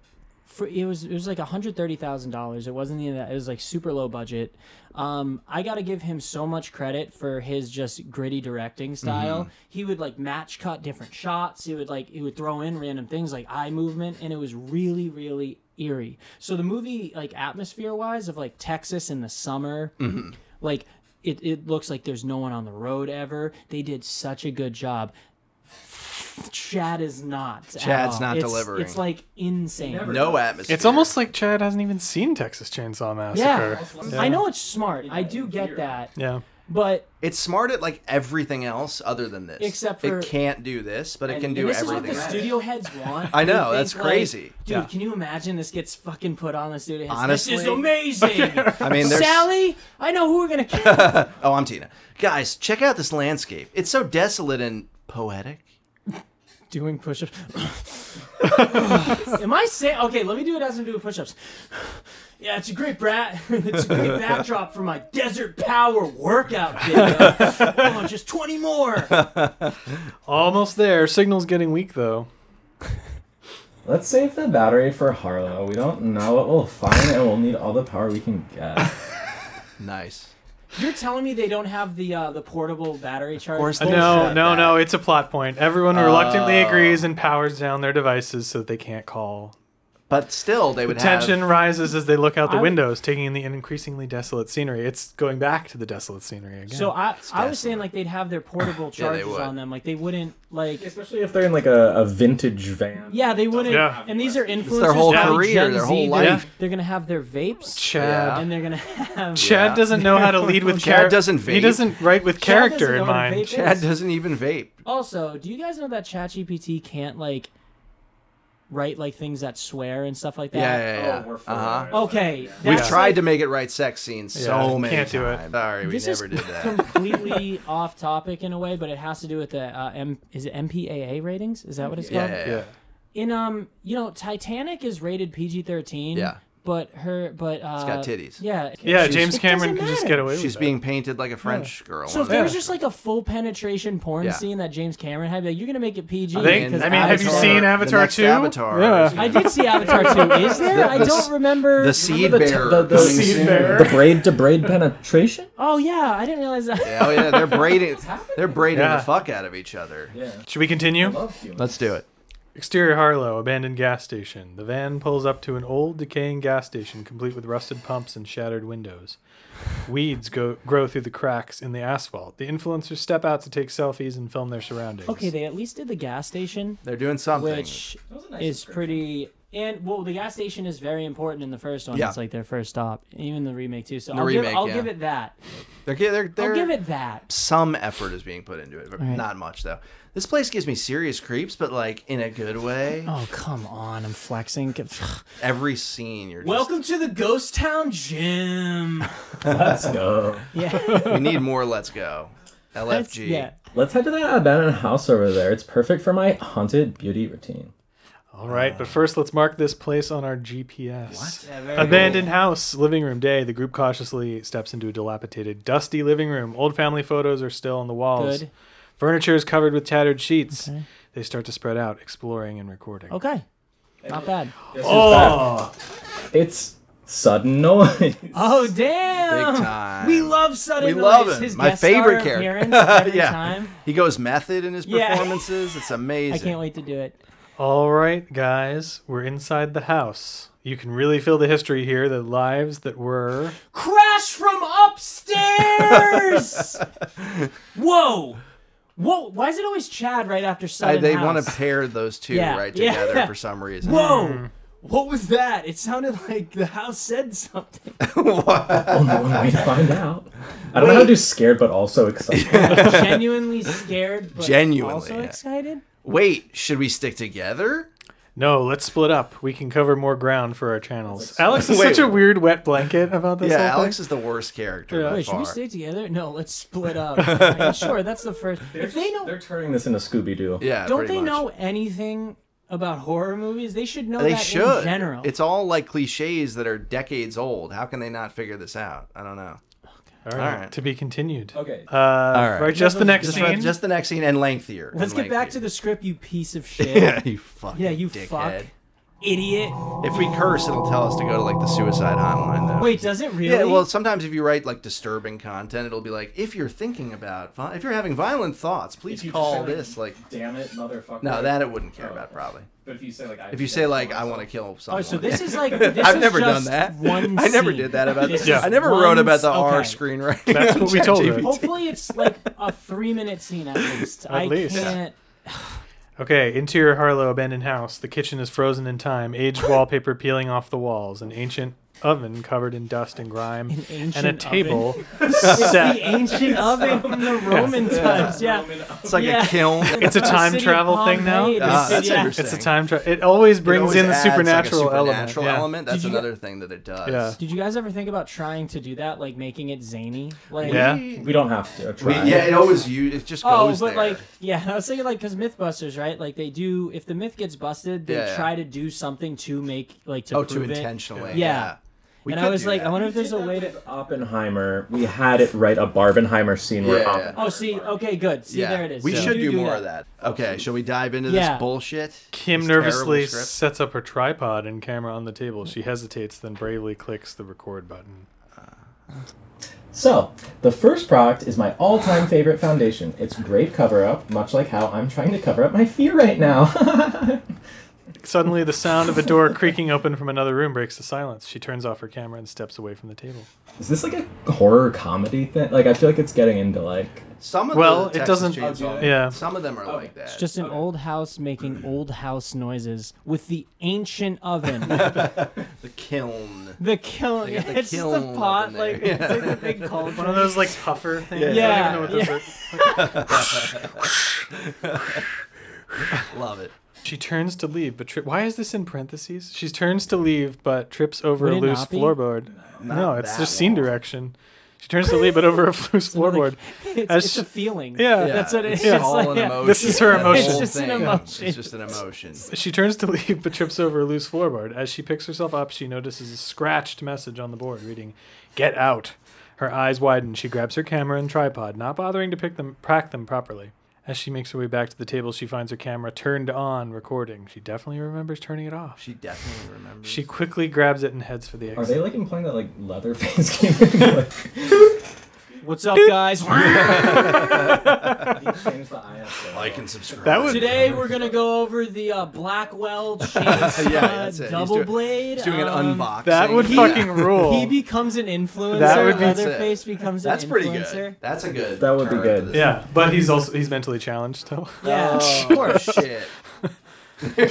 S1: for it was it was like hundred thirty thousand dollars. It wasn't even that. It was like super low budget. Um, I got to give him so much credit for his just gritty directing
S3: Mm-hmm.
S1: style. He would like match cut different shots. He would like he would throw in random things like eye movement, and it was really really eerie. So the movie like atmosphere wise of like Texas in the summer,
S3: Mm-hmm.
S1: like. It, it looks like there's no one on the road ever. They did such a good job. Chad is not. at
S3: Chad's
S1: all.
S3: not
S1: It's-
S3: delivering.
S1: It's like insane.
S4: Never
S3: No atmosphere.
S5: It's almost like Chad hasn't even seen Texas Chainsaw
S1: Yeah.
S5: Massacre.
S1: I know it's smart. I do get that.
S5: Yeah.
S1: But
S3: It's smart at like everything else other than this.
S1: Except for-
S3: it can't do this, but it can
S1: and
S3: do
S1: this
S3: everything.
S1: is what
S3: else.
S1: the studio heads want.
S3: I know,
S1: They
S3: that's
S1: think,
S3: crazy.
S1: Like, Dude,
S5: Yeah.
S1: can you imagine this gets fucking put on the studio heads? this is
S3: Honestly.
S1: amazing.
S3: I mean, there's
S1: Sally, I know who we're gonna kill.
S3: Oh, I'm Tina. Guys, check out this landscape. It's so desolate and poetic.
S1: Doing push-ups. Am I saying okay? Let me do it as I'm doing push-ups. Yeah, it's a great brat. It's a great backdrop for my desert power workout video. oh, just 20 more.
S5: Almost there. Signal's getting weak though.
S4: Let's save the battery for Harlow. We don't know what we'll find, and we'll need all the power we can get.
S3: Nice.
S1: You're telling me they don't have the uh, the portable battery charger?
S3: course they-
S5: No,
S3: Bullshit. Uh.
S5: no, no. It's a plot point. Everyone reluctantly agrees and powers down their devices so that they can't call.
S3: But still, they would
S5: Tension
S3: have.
S5: rises as they look out the
S1: I-
S5: windows, taking in the increasingly desolate scenery. It's going back to the desolate scenery again.
S1: So I, I was
S3: desolate.
S1: saying like they'd have their portable chargers
S3: would.
S1: on them, like they wouldn't like.
S4: Especially if they're in like a, a vintage van.
S1: Yeah, they wouldn't.
S5: Yeah.
S1: And these are influencers.
S3: their whole
S1: probably
S3: career,
S1: Gen
S3: their whole
S1: Z. They're,
S3: life.
S1: they're gonna have their vapes,
S5: Chad.
S3: Yeah.
S1: and they're gonna have.
S5: Chad
S3: Yeah.
S5: doesn't know how to lead with
S3: Chad
S5: character.
S3: doesn't
S5: He
S3: vape.
S5: doesn't write with
S1: Chad doesn't
S5: character
S1: know
S5: in
S1: how to
S5: mind.
S1: vape.
S3: Chad doesn't even vape.
S1: Also, do you guys know that ChatGPT can't like write like things that swear and stuff like that?
S3: Yeah, yeah, yeah.
S4: Oh, we're fine.
S3: uh-huh.
S1: Okay,
S3: We've
S1: that's,
S3: tried to
S1: like,
S3: make it right sex scenes
S5: Yeah,
S3: so many
S5: can't do it.
S3: times. Sorry, we
S1: This
S3: never
S1: is
S3: did that.
S1: completely off topic in a way, but it has to do with the uh, M. Is it MPAA ratings? Is that what it's
S3: Yeah,
S1: called?
S3: yeah, yeah.
S5: Yeah.
S1: In um, you know, Titanic is rated PG thirteen.
S3: Yeah.
S1: But her, but uh,
S3: got titties.
S1: Yeah.
S5: Yeah,
S1: She's-
S5: James
S1: it
S5: Cameron
S1: doesn't
S5: could just
S1: matter.
S5: get away with
S3: She's
S5: that.
S3: being painted like a French girl.
S1: So if
S3: one
S1: there
S3: of
S1: was
S3: those-
S1: just like a full penetration porn
S3: Yeah.
S1: scene that James Cameron had, be like, you're gonna make it PG.
S5: I think-
S1: because
S5: I mean, have you
S1: Avatar-
S5: seen
S3: the
S5: Avatar
S3: next
S5: 2?
S3: Avatar.
S5: Yeah.
S3: is-
S1: I did see Avatar two. Is there? I
S3: The-
S1: don't remember.
S3: The seed
S4: Remember the t-
S3: bearer.
S4: the- the
S3: coming
S4: seed
S3: soon.
S5: bearer.
S4: The braid to braid penetration?
S1: oh yeah, I didn't realize that.
S3: Oh yeah, they're braiding. They're braiding
S5: Yeah.
S3: the fuck out of each other.
S5: Should we continue?
S4: Love you.
S3: Let's do it.
S5: Exterior Harlow, abandoned gas station. The van pulls up to an old, decaying gas station, complete with rusted pumps and shattered windows. Weeds go, grow through the cracks in the asphalt. The influencers step out to take selfies and film their surroundings.
S1: Okay, they at least did the gas station,
S3: They're doing something.
S1: which
S4: was a nice
S1: is pretty. And well, the gas station is very important in the first one.
S3: Yeah.
S1: It's like their first stop, even the remake too. So
S3: The
S1: I'll, give,
S3: remake,
S1: I'll
S3: yeah.
S1: give it that.
S3: they're, they're, they're
S1: I'll give it that.
S3: some effort is being put into it, but not much though. This place gives me serious creeps, but like in a good way.
S1: Oh, come on. I'm flexing.
S3: Every scene, you're just,
S1: Welcome to the Ghost Town Gym.
S4: Let's go.
S1: Yeah.
S3: we need more. Let's go, LFG.
S1: Yeah.
S4: Let's head to that abandoned house over there. It's perfect for my haunted beauty routine.
S5: All right, but first let's mark this place on our GPS.
S3: What?
S5: Abandoned house, living room day. The group cautiously steps into a dilapidated, dusty living room. Old family photos are still on the walls.
S1: Good.
S5: Furniture is covered with tattered sheets. They start to spread out, exploring and recording.
S1: Okay. Not bad.
S5: Oh,
S4: It's sudden noise.
S1: Oh, damn.
S3: Big time.
S1: We love Sudden
S3: We love
S1: Noise,
S3: him.
S1: His
S3: My
S1: guest
S3: favorite
S1: star
S3: character.
S1: appearance every
S3: Yeah.
S1: time.
S3: He goes method in his
S1: Yeah.
S3: performances. It's amazing.
S1: I can't wait to do it.
S5: all right, guys, we're inside the house. You can really feel the history here, the lives that were.
S1: Crash from upstairs. Whoa. Whoa. Why is it always Chad right after
S3: I-
S1: Sudden
S3: they
S1: House?
S3: want to pair those two
S1: Yeah,
S3: right
S1: yeah.
S3: together for some reason.
S1: Whoa. What was that? It sounded like the house said something.
S4: Only one way to find out. I don't know how to do scared, but also excited.
S1: Genuinely scared, but
S3: Genuinely,
S1: also
S3: yeah.
S1: excited.
S3: Wait, should we stick together?
S5: No, let's split up. We can cover more ground for our channels. Alex is
S3: Wait.
S5: such a weird wet blanket about this
S3: Yeah,
S5: whole thing.
S3: Alex is the worst character
S5: Yeah.
S3: by
S1: Wait, should
S3: far.
S1: we stay together? No, let's split up. Alright, sure, that's the first. if they know,
S4: They're turning this into Scooby Doo.
S3: yeah,
S1: don't
S3: pretty
S1: they
S3: much.
S1: know anything about horror movies? They should know
S3: They
S1: that
S3: should.
S1: in general.
S3: It's all like cliches that are decades old. How can they not figure this out? I don't know.
S5: All right.
S3: All right.
S5: To be continued.
S4: Okay.
S5: Uh, right. Just the next
S3: Just,
S5: scene.
S3: just the next scene and lengthier.
S1: Let's
S3: and
S1: get back to
S3: lengthier.
S1: the script, you piece of shit.
S3: yeah, you fucking
S1: Yeah, you
S3: dickhead.
S1: fuck. idiot.
S3: If we curse, it'll tell us to go to like the suicide hotline though.
S1: Wait, does it really?
S3: Yeah, well, sometimes if you write like disturbing content, it'll be like if you're thinking about vi- if you're having violent thoughts, please
S4: If you
S3: call
S4: just say,
S3: this like
S4: Damn it, motherfucker.
S3: no, that it wouldn't care
S4: Oh.
S3: about probably.
S4: But if you say like, I
S3: If you say like I want to kill someone,
S1: Oh, so this is like this
S3: I've
S1: is
S3: never
S1: just
S3: done that.
S1: One
S3: I never
S1: scene.
S3: did that about
S1: This
S3: this.
S1: is
S5: Yeah.
S3: I never
S1: one
S3: wrote about the
S1: s-
S3: R
S1: okay.
S3: screenwriting.
S5: That's
S3: on
S5: what we told
S3: ChatGPT.
S5: her.
S1: Hopefully, it's like a three-minute scene at least. I
S5: least.
S1: can't.
S5: Okay, interior Harlow abandoned house. The kitchen is frozen in time, aged wallpaper peeling off the walls, an ancient oven covered in dust and grime, and
S1: ancient
S5: a
S1: oven.
S5: table
S1: It's the
S5: set.
S1: ancient oven from the Roman times. Yeah.
S3: It's like
S1: Yeah.
S3: a kiln.
S5: It's a
S1: The
S5: time
S1: city of
S5: travel thing now.
S1: Pompeii, the
S3: Ah, that's
S1: city- yeah.
S3: interesting.
S5: It's a time travel. It always
S3: It
S5: brings
S3: always
S5: in the
S3: adds, like, a
S5: supernatural,
S3: supernatural
S5: element. Yeah.
S3: element. That's
S1: Did you-
S3: another thing that it does.
S5: Yeah.
S1: Did you guys ever think about trying to do that, like making it zany? Like,
S5: Yeah.
S4: We don't have to.
S3: We-
S4: Try.
S3: yeah, it always you. It just
S1: Oh,
S3: goes
S1: but
S3: there.
S1: like, yeah, I was thinking like, cause MythBusters, right? Like, they do if the myth gets busted, they
S3: Yeah, yeah.
S1: try to do something to make like to
S3: oh, to
S1: prove it.
S3: intentionally.
S1: Yeah.
S3: Yeah. We
S1: and I
S3: could
S1: was
S3: do
S1: like,
S3: that.
S1: I wonder if there's a
S4: Did that
S1: way to.
S4: with Oppenheimer. We had it right a Barbenheimer scene where
S3: Yeah.
S4: Oppenheimer.
S1: Oh, see, okay, good. See, there it is.
S3: We
S1: You
S3: should do, more
S1: that.
S3: of that. Okay, shall we dive into
S1: Yeah.
S3: this bullshit?
S5: Kim
S3: This
S5: nervously
S3: terrible script?
S5: sets up her tripod and camera on the table. She hesitates, then bravely clicks the record button.
S4: So, the first product is my all time favorite foundation. It's great cover up, much like how I'm trying to cover up my fear right now.
S5: Suddenly, the sound of a door creaking open from another room breaks the silence. She turns off her camera and steps away from the table.
S4: is this like a horror comedy thing? Like, I feel like it's getting into like.
S3: Some of the
S5: Well, it
S3: Texas
S5: doesn't- Oh,
S3: Chainsaw-
S5: yeah.
S3: Some of them are like that.
S1: Oh, It's just an old house making old house noises with the ancient oven.
S3: the kiln.
S1: the kiln.
S3: They got the
S1: it's just a
S3: kiln
S1: pot,
S3: up in
S1: like
S3: there.
S1: it's like a big cauldron.
S5: One of those like puffer things.
S1: Yeah.
S5: I don't even know what those are.
S3: Love it.
S5: She turns to leave, but tri- why is this in parentheses? She turns to leave, but trips over
S1: Would
S5: a
S1: it
S5: loose
S1: not be?
S5: floorboard. no,
S3: Not
S5: it's
S3: that
S5: just scene
S3: long.
S5: direction. She turns to leave, but over a loose floorboard.
S1: It's,
S5: As
S1: it's
S5: she-
S1: a feeling.
S5: Yeah.
S1: that's what it is.
S5: Yeah.
S1: It's
S3: all
S1: like,
S3: an
S1: yeah.
S3: emotion.
S5: This is her
S3: That whole
S5: emotion. It's
S1: just an
S3: thing.
S1: emotion.
S3: It's just an emotion.
S5: She turns to leave, but trips over a loose floorboard. As she picks herself up, she notices a scratched message on the board reading, Get out. Her eyes widen. She grabs her camera and tripod, not bothering to pick them, pack them properly. As she makes her way back to the table, she finds her camera turned on, recording. She definitely remembers turning it off.
S3: She definitely remembers.
S5: She quickly grabs it and heads for the
S4: Are
S5: exit.
S4: they like implying that like Leatherface game? like,
S1: What's up, guys?
S4: change the ISO?
S3: like and subscribe.
S5: That would-
S1: Today we're gonna go over the uh, Blackwell chainsaw
S3: Yeah, that's it. He's
S1: double
S3: doing-
S1: blade.
S3: She's doing an
S1: Um,
S3: unboxing.
S5: That would
S3: Yeah.
S5: fucking rule.
S1: He becomes an influencer.
S5: That would be-
S1: Leatherface becomes an
S3: That's
S1: influencer.
S3: pretty good. That's a good.
S4: That would be
S3: turn
S4: good.
S3: to this.
S5: yeah, but he's also he's mentally challenged though.
S1: Yeah,
S3: Oh,
S1: of course.
S3: shit.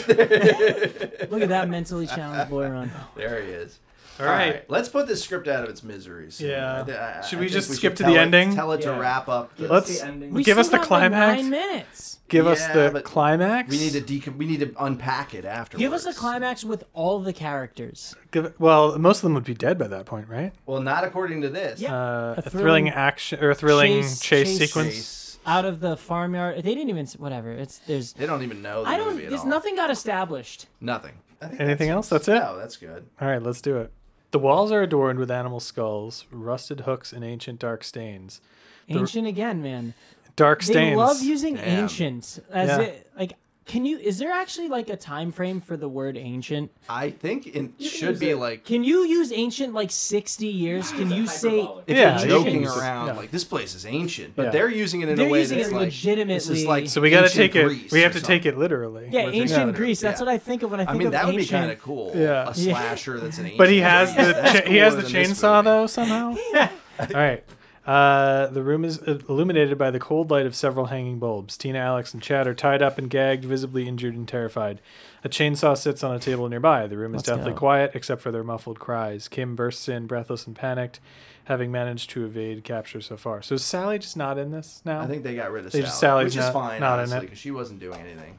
S1: Look at that mentally challenged boy run.
S3: There he is.
S5: All right.
S3: Let's put this script out of its misery. soon.
S5: Yeah.
S3: I- I-
S5: Should
S3: I
S5: we
S3: think
S5: just
S3: should
S5: skip to
S3: tell
S5: the
S3: it-
S5: ending?
S3: Tell it
S4: Yeah.
S3: to wrap up. The,
S5: Let's-
S4: ending.
S1: We
S5: Give us
S1: still
S5: the
S1: got, like,
S5: climax.
S1: nine minutes.
S5: Give us
S3: Yeah,
S5: the
S3: but
S5: climax.
S3: We need to dec- We need to unpack it afterwards.
S1: Give us the climax with all the characters.
S5: Give, well, most of them would be dead by that point, right?
S3: Well, not according to this.
S1: Yeah.
S5: Uh,
S1: A
S5: a thrilling,
S1: thrilling
S5: action or a thrilling
S1: chase- chase
S5: chase, sequence.
S3: Chase-
S1: Out of the farmyard, they didn't even whatever. It's there's
S3: They don't even know. The
S1: I
S3: Movie
S1: don't.
S3: at
S1: There's
S3: all.
S1: nothing got established.
S3: Nothing. I think
S5: Anything else? That's it.
S3: No, that's good.
S5: All right, let's do it. The walls are adorned with animal skulls, rusted hooks, and ancient dark stains.
S1: Ancient again, man.
S5: Dark stains.
S1: They love using
S3: Damn.
S1: ancient as
S5: Yeah.
S1: it like. Can you? Is there actually like a time frame for the word ancient?
S3: I think it should
S4: use
S3: be
S4: it.
S3: like
S1: Can you use ancient like sixty years? Can you say
S3: if
S5: Yeah,
S3: you're joking
S1: you
S5: can-
S3: around,
S5: yeah.
S3: like this place is ancient, but
S5: Yeah.
S3: they're using it in
S1: They're
S3: a way
S1: using
S3: that's
S1: it
S3: like This is
S1: legitimately.
S3: like
S5: So we got to
S3: ancient
S5: take it.
S3: Greece
S5: we
S3: or
S5: have to
S3: something.
S5: take it literally.
S1: yeah
S5: with it.
S1: ancient Greece? That's
S3: Yeah.
S1: what I think of when I think
S3: I mean,
S1: of
S3: that would be
S1: ancient.
S3: kind of cool.
S5: Yeah.
S3: a slasher that's an ancient.
S5: But he has the
S3: That's
S5: cha- he has the
S3: cooler than this
S5: chainsaw
S3: movie.
S5: though somehow. All right. Uh, the room is illuminated by the cold light of several hanging bulbs. Tina, Alex, and Chad are tied up and gagged, visibly injured and terrified. A chainsaw sits on a table nearby. The room is deathly
S1: go.
S5: quiet except for their muffled cries. Kim bursts in, breathless and panicked, having managed to evade capture so far. So is Sally just not in this now?
S3: I think they got rid of
S5: They
S3: Sally,
S5: just- Sally's
S3: which is
S5: not-
S3: fine,
S5: not in
S3: honestly,
S5: it.
S3: because she wasn't doing anything.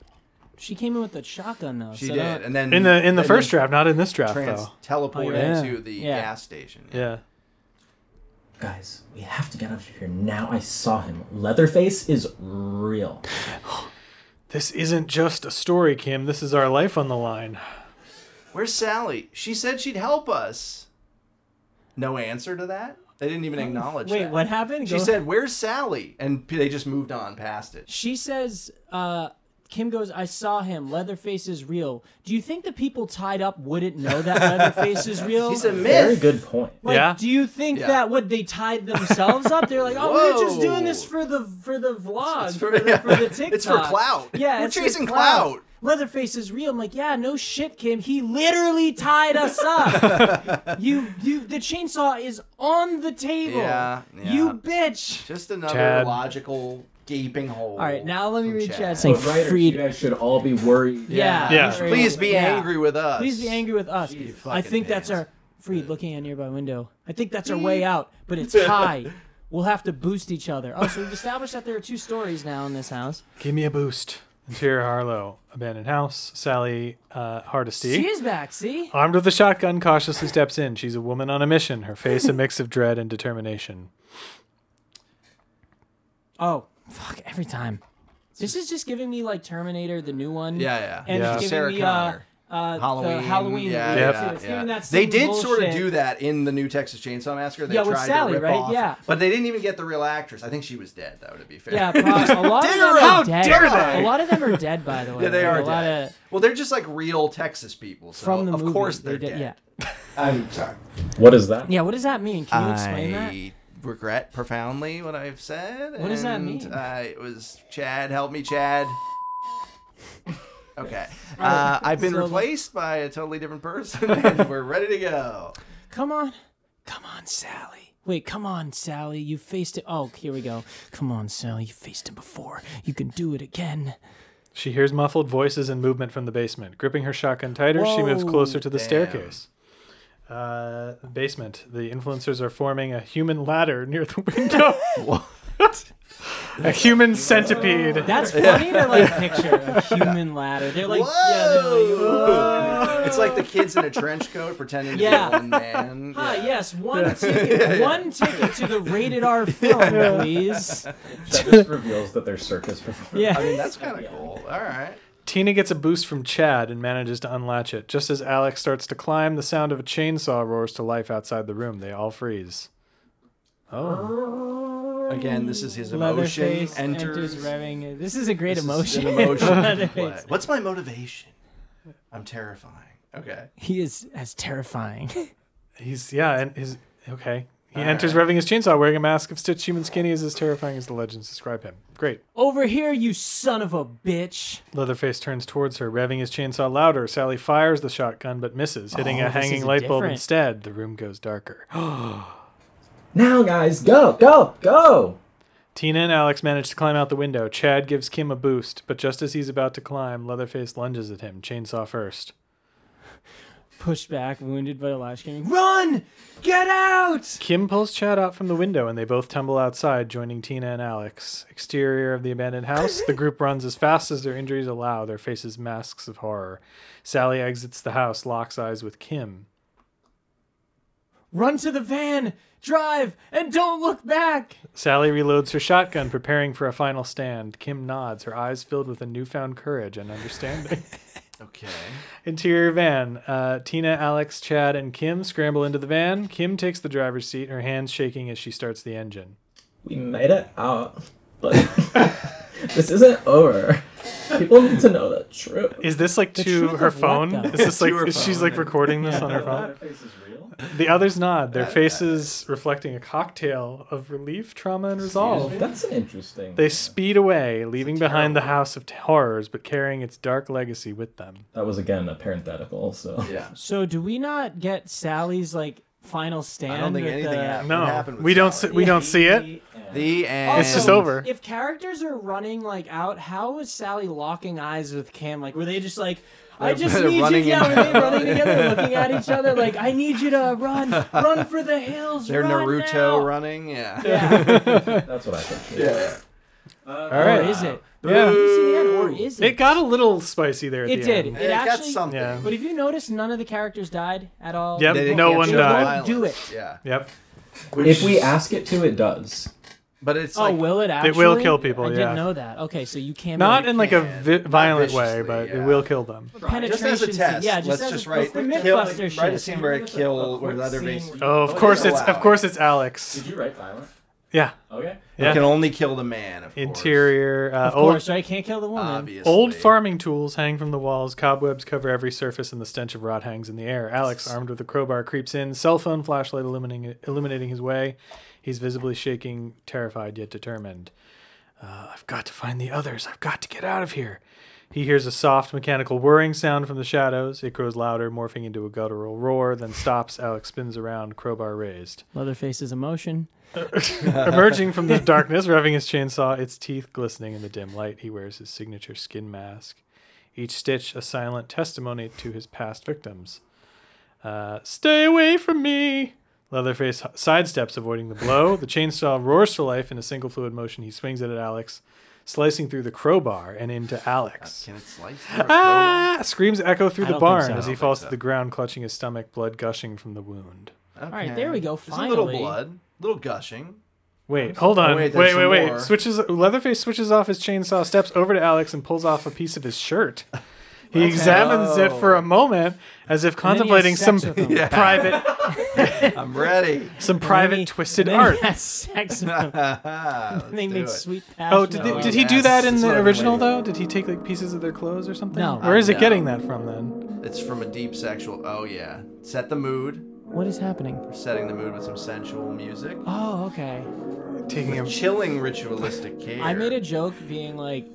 S1: She came in with the shotgun though.
S3: She
S1: so
S3: did,
S1: that-
S3: and then
S5: in the in the
S3: and
S5: first
S3: then
S5: draft, not in this draft
S3: trans
S5: though. Oh,
S3: teleported
S5: yeah.
S3: to the
S1: Yeah.
S3: gas station.
S5: Yeah.
S4: Guys, we have to get out of here now. I saw him. Leatherface is real.
S5: This isn't just a story, Kim. This is our life on the line.
S3: Where's Sally? She said she'd help us. No answer to that. They didn't even acknowledge.
S1: Wait,
S3: that.
S1: what happened?
S3: She
S1: Go-
S3: said, "Where's Sally?" And p- they just moved on past it.
S1: she says uh Kim goes, I saw him. Leatherface is real. Do you think the people tied up wouldn't know that Leatherface is real?
S3: He's a
S4: Very
S3: myth.
S4: good point.
S1: Like,
S5: Yeah.
S1: do you think
S3: Yeah.
S1: that what they tied themselves up? They're like, oh, we're just doing this
S3: Whoa.
S1: for the for the vlog,
S3: It's
S1: for,
S3: for-
S1: the, for the TikTok.
S3: yeah. It's for clout.
S1: Yeah,
S3: We're
S1: it's for
S3: chasing clout.
S1: Leatherface is real. I'm like, yeah, no shit, Kim. He literally tied us up. you, you, the chainsaw is on the table.
S3: Yeah, yeah.
S1: You bitch.
S3: Just another
S5: Chad.
S3: logical gaping hole.
S1: All right, now let me
S3: from
S1: read
S3: Chad.
S1: Chad's
S4: But
S1: thing.
S4: writers,
S1: Freed.
S4: you guys should all be worried.
S1: Yeah.
S5: Yeah.
S1: very
S3: Please
S1: well.
S3: be
S1: Yeah.
S3: angry with us.
S1: Please be angry with us. I
S3: fucking
S1: think that's
S3: pants. Mm.
S1: our Freed looking at nearby window. I think that's our way out, but it's high. We'll have to boost each other. Oh, so we've established that there are two stories now in this house.
S5: Give me a boost. Interior Harlow, abandoned house. Sally uh, Hardesty.
S1: She's back, see?
S5: Armed with a shotgun, cautiously steps in. She's a woman on a mission, her face a mix of dread and determination.
S1: Oh, fuck, every time. This is just giving me like Terminator, the new one.
S3: Yeah, yeah.
S1: And
S5: Yeah.
S1: it's giving
S3: Sarah
S1: me uh,
S3: Connor.
S1: uh, the
S3: Halloween.
S1: Halloween. that
S3: Yeah,
S1: we did,
S5: yeah,
S1: too. It's giving that
S3: They
S1: same
S3: did sort of
S1: bullshit.
S3: do that in the new Texas Chainsaw Massacre. They
S1: Yeah, with
S3: tried
S1: Sally,
S3: to rip
S1: right?
S3: Off,
S1: Yeah.
S3: But they didn't even get the real actress. I think she was dead, though, to be fair.
S1: Yeah, probably. a lot of
S3: Digger
S1: them are
S3: how
S1: dead.
S3: dare they?
S1: A lot of them are dead, by the way.
S3: Yeah, they
S1: Like,
S3: are
S1: a lot
S3: dead.
S1: of-
S3: Well, they're just like real Texas people. So
S1: from the
S3: of
S1: movie,
S3: course they're
S1: they did-
S3: dead.
S1: Yeah.
S3: I'm sorry.
S4: What is that?
S1: Yeah, what does that mean? Can you explain that?
S3: I regret profoundly what I've said.
S1: What does that
S3: and,
S1: mean?
S3: Uh, it was Chad. Help me, Chad. Okay. Uh, I've been
S1: So-
S3: replaced by a totally different person, and we're ready to go.
S1: Come on. Come on, Sally. Wait, come on, Sally. You faced it. Oh, here we go. Come on, Sally. You faced him before. You can do it again.
S5: She hears muffled voices and movement from the basement. Gripping her shotgun tighter, she moves
S1: Whoa,
S5: closer to the
S3: damn.
S5: staircase. Uh, basement. The influencers are forming a human ladder near the window. what? a human centipede.
S1: That's funny to like picture a human ladder. They're like, yeah, they're like,
S3: Whoa! It's like the kids in a trench coat pretending to
S1: Yeah.
S3: be one man.
S1: ah,
S3: Yeah.
S1: yes, one ticket, one ticket to the rated R film, please.
S4: That just reveals that they're circus performers.
S1: Yeah.
S3: I mean, that's kind of cool. All right.
S5: Tina gets a boost from Chad and manages to unlatch it. Just as Alex starts to climb, the sound of a chainsaw roars to life outside the room. They all freeze. Oh.
S3: Again, this is his emotion.
S1: Leatherface enters
S3: Enters,
S1: revving. This is a great
S3: This is
S1: emotion.
S3: an emotion
S1: Leatherface.
S3: play. What's my motivation? I'm terrifying. Okay.
S1: He is as terrifying.
S5: He's, yeah, and his, okay. He enters revving his chainsaw wearing a mask of stitched human skin. He is as terrifying as the legends describe him. Great.
S1: Over here, you son of a bitch.
S5: Leatherface turns towards her, revving his chainsaw louder. Sally fires the shotgun but misses, hitting
S1: Oh,
S5: a
S1: this
S5: hanging
S1: is
S5: light bulb
S1: different.
S5: instead. The room goes darker.
S4: Now, guys, go, go, go!
S5: Tina and Alex manage to climb out the window. Chad gives Kim a boost, but just as he's about to climb, Leatherface lunges at him, chainsaw first.
S1: Pushed back, wounded but alive, screaming, "Run! Get out!"
S5: Kim pulls Chad out from the window and they both tumble outside, joining Tina and Alex. Exterior of the abandoned house, the group runs as fast as their injuries allow, their faces masks of horror. Sally exits the house, locks eyes with Kim.
S1: Run to the van, drive, and don't look back.
S5: Sally reloads her shotgun, preparing for a final stand. Kim nods, her eyes filled with a newfound courage and understanding.
S3: Okay.
S5: Interior van. Uh, Tina, Alex, Chad, and Kim scramble into the van. Kim takes the driver's seat, her hands shaking as she starts the engine.
S4: We made it out, but this isn't over. People need to know the truth.
S5: Is this like to
S1: truth
S5: her
S1: of what,
S5: phone?
S1: though?
S5: Is this like
S3: To her
S5: is she's
S3: phone.
S5: like recording this on her phone? The others nod, their faces reflecting a cocktail of relief, trauma, and resolve.
S4: Oh, That's an interesting.
S5: They speed away, leaving behind the house of horrors, but carrying its dark legacy with them.
S4: That was again a parenthetical, so
S3: Yeah.
S1: So, do we not get Sally's like final stand?
S3: I don't think
S1: with
S3: anything
S1: the-
S3: happened. What
S5: No,
S3: happened with
S5: we don't.
S3: Sally?
S5: See, we don't see it.
S3: The end.
S5: It's just over.
S1: If characters are running like out, how was Sally locking eyes with Kim? Like, were they just like, I
S3: They're-
S1: just
S3: they're
S1: need you?
S3: running
S1: Yeah,
S3: in-
S1: were they running together, looking at each other, like, I need you to run, run for the hills.
S3: They're
S1: run
S3: Naruto
S1: now."
S3: running. Yeah.
S1: Yeah.
S4: that's what I think. Yeah.
S5: All
S1: Or
S5: right.
S1: is it?
S5: Yeah.
S1: You see the end, or is it?
S5: It got a little spicy there. At
S1: It
S5: the
S1: did.
S5: End.
S1: It,
S3: It got
S1: actually.
S3: something.
S5: Yeah.
S1: But if you notice, none of the characters died at all.
S5: Yep.
S3: They didn't
S5: No one
S3: answer
S5: died.
S1: They won't do it.
S3: violence. Yeah.
S5: Yep.
S4: If we ask it to, it does.
S3: But it's
S1: Oh,
S3: like
S1: will it actually?
S5: It will kill people,
S1: I
S5: yeah.
S1: didn't know that. Okay, so you can't.
S5: Not
S1: really
S5: in like a
S3: can.
S5: vi-
S3: Not
S5: violent way,
S3: viciously,
S5: but it
S3: yeah.
S5: will kill them.
S1: penetration.
S3: just as a
S1: scene.
S3: test.
S1: Yeah, just
S3: let's
S1: as
S3: just
S1: a,
S3: write
S1: it's the
S3: kill,
S1: MythBuster shit.
S3: write a scene where it kill where Leatherface.
S5: Oh, of
S3: Oh,
S5: course
S3: it's
S5: it's of
S3: allowed.
S5: course it's Alex.
S4: Did you write violent?
S5: Yeah.
S4: Okay.
S5: Yeah.
S3: Can only kill the man. Of course.
S5: Interior. Uh,
S1: Of
S5: old,
S1: course, right? Can't kill the woman.
S3: Obviously.
S5: Old farming tools hang from the walls. Cobwebs cover every surface, and the stench of rot hangs in the air. Alex, armed with a crowbar, creeps in. Cell phone flashlight illuminating illuminating his way. He's visibly shaking, terrified yet determined. Uh, I've got to find the others. I've got to get out of here. He hears a soft mechanical whirring sound from the shadows. It grows louder, morphing into a guttural roar, then stops. Alex spins around, crowbar raised.
S1: Leatherface's emotion.
S5: Emerging from the darkness, revving his chainsaw, its teeth glistening in the dim light, he wears his signature skin mask. Each stitch a silent testimony to his past victims. Uh, Stay away from me! Leatherface h- sidesteps, avoiding the blow. The chainsaw roars to life in a single fluid motion. He swings it at Alex, slicing through the crowbar and into Alex.
S3: Can it slice? through a crowbar?
S5: Ah! Screams echo through
S1: I
S5: the
S1: don't think
S5: barn
S1: so.
S5: as
S1: I
S5: he
S3: don't
S5: falls
S3: think
S5: to
S3: so.
S5: the ground, clutching his stomach, blood gushing from the wound.
S1: All right, there we go.
S3: There's a little
S1: Finally.
S3: blood, little gushing.
S5: Wait, hold on.
S3: Oh, wait,
S5: wait,
S3: there's
S5: wait, wait,
S3: some more.
S5: Switches Leatherface switches off his chainsaw, steps over to Alex and pulls off a piece of his shirt. He examines it for
S3: Oh.
S5: a moment as if
S1: then he
S5: contemplating
S1: has
S5: some
S1: sex with him.
S5: private
S3: I'm ready.
S5: some
S1: And
S5: private
S1: then he-
S5: twisted
S1: and then he
S5: art.
S1: has sex with him.
S3: Let's
S1: And they
S3: do
S1: make
S3: it.
S1: sweet passion.
S5: Oh, did, they,
S3: Oh,
S5: did he do
S3: yes.
S5: that in
S3: That's
S5: the
S3: what I'm
S5: original
S3: waiting
S5: though? Did he take like pieces of their clothes or something?
S1: No.
S5: Where is it
S3: No.
S5: getting that from then?
S3: It's from a deep sexual. Oh yeah, set the mood.
S1: What is happening?
S3: We're setting the mood with some sensual music.
S1: Oh, okay.
S5: Taking him
S3: Chilling ritualistic care.
S1: I made a joke being like,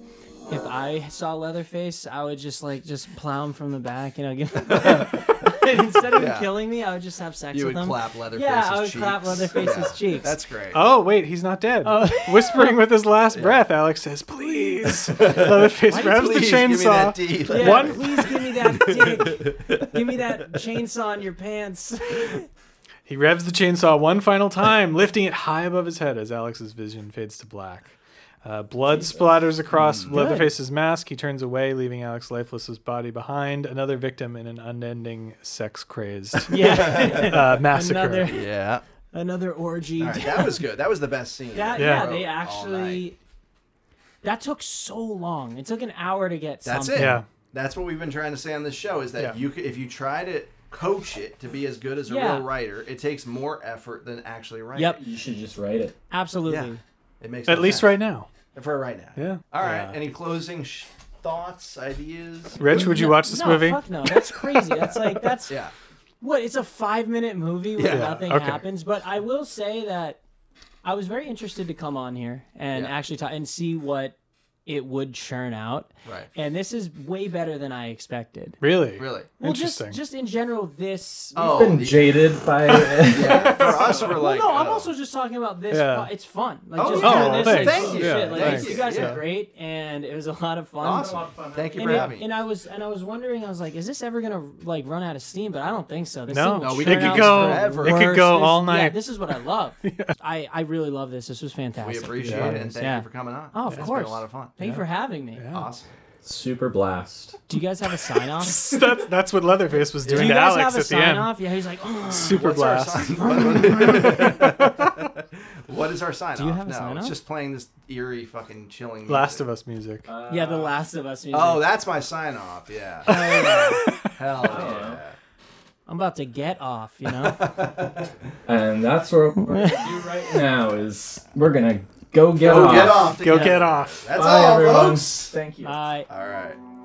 S1: if I saw Leatherface, I would just like just plow him from the back, you know, give him instead of him
S3: Yeah.
S1: killing me, I would just have sex
S3: You
S1: with
S3: would
S1: him.
S3: clap Leatherface's
S1: yeah, I would
S3: cheeks.
S1: clap Leatherface's
S3: Yeah,
S1: cheeks.
S3: That's great.
S5: Oh wait, he's not dead.
S1: Oh.
S5: Whispering with his last breath, Alex says, "Please." Leatherface grabs the
S3: Please give me that
S5: chainsaw.
S3: D,
S1: yeah,
S5: One-
S1: please give me that dick. give me that chainsaw in your pants.
S5: He revs the chainsaw one final time, lifting it high above his head as Alex's vision fades to black. Uh, blood splatters across Leatherface's mask. He turns away, leaving Alex lifeless, his body behind. Another victim in an unending sex crazed
S1: Yeah.
S5: uh, massacre.
S1: Another
S3: Yeah.
S1: another orgy.
S3: All right, that was good. That was the best scene.
S1: That
S5: Yeah.
S1: yeah, they
S3: All night.
S1: actually that took so long. It took an hour to get
S3: That's
S1: something.
S3: it.
S5: Yeah.
S3: That's what we've been trying to say on this show is that
S5: Yeah.
S3: you c- if you try to coach it to be as good as a
S1: Yeah.
S3: real writer, it takes more effort than actually writing.
S1: Yep,
S4: You should just write it.
S1: absolutely.
S3: Yeah. It makes
S5: At
S3: no
S5: least
S3: sense.
S5: right now.
S3: for right now.
S5: Yeah.
S3: All right.
S5: Yeah.
S3: Any closing sh- thoughts, ideas?
S5: Rich, would you
S1: No-
S5: watch this
S1: no,
S5: movie?
S1: Fuck no, that's crazy. That's like that's
S3: Yeah.
S1: what it's a five minute movie where
S3: Yeah,
S1: nothing
S5: okay.
S1: happens. But I will say that I was very interested to come on here and
S3: Yeah.
S1: actually talk and see what it would churn out.
S3: Right.
S1: And this is way better than I expected.
S5: Really?
S3: Really.
S1: Well, just
S5: Interesting.
S1: just in general, this.
S3: Oh,
S4: Been
S3: the-
S4: jaded by
S3: yeah, for us, we're
S1: well,
S3: like.
S1: no, I'm
S3: oh.
S1: also just talking about this.
S5: Yeah.
S1: fu- It's fun. Like,
S3: Oh,
S1: just
S3: yeah.
S1: doing
S5: Oh,
S1: this, like,
S5: thanks.
S1: this
S5: Yeah,
S1: shit. Like,
S5: thanks.
S1: you guys
S3: Yeah.
S1: are great, and it was a lot of fun.
S3: awesome. Thank you for
S1: and,
S3: having me.
S1: and I was and I was wondering, I was like, is this ever gonna like run out of steam? But I don't think so. This
S5: No.
S1: thing will
S5: No, we
S1: churn
S5: could
S1: out
S5: go-
S3: it
S1: worse.
S5: could go
S1: This-
S5: all
S1: Yeah,
S5: night.
S1: this is what I love. I I really love this. This was fantastic.
S3: We appreciate it and thank
S1: Yeah.
S3: you for coming on.
S1: Oh, of
S3: It's
S1: course.
S3: been a lot of fun.
S1: Thank you for having me.
S3: Awesome.
S4: super blast.
S1: Do you guys have a sign off?
S5: that's, that's what Leatherface was
S1: Do
S5: doing
S1: you
S5: to
S1: guys
S5: Alex
S1: have a
S5: at the
S1: sign
S5: end.
S1: off? Yeah, he's like, oh.
S5: Super
S3: What's our
S5: blast.
S3: sign? What- what is our sign
S1: you
S3: off?
S1: have a
S3: no,
S1: sign
S3: it's
S1: off?
S3: just playing this eerie, fucking chilling. Music.
S5: Last of Us music.
S4: Uh,
S1: yeah, The Last of Us. Music.
S3: Oh, that's my sign off. Yeah. Hell yeah.
S1: I'm about to get off. You know.
S4: And that's what we're gonna do right now is we're gonna go get
S3: Go
S4: off.
S3: get off.
S5: Go
S3: together.
S5: get off.
S3: That's
S4: Bye
S3: all,
S4: everyone.
S3: folks.
S4: Thank you.
S1: All right.
S3: All right.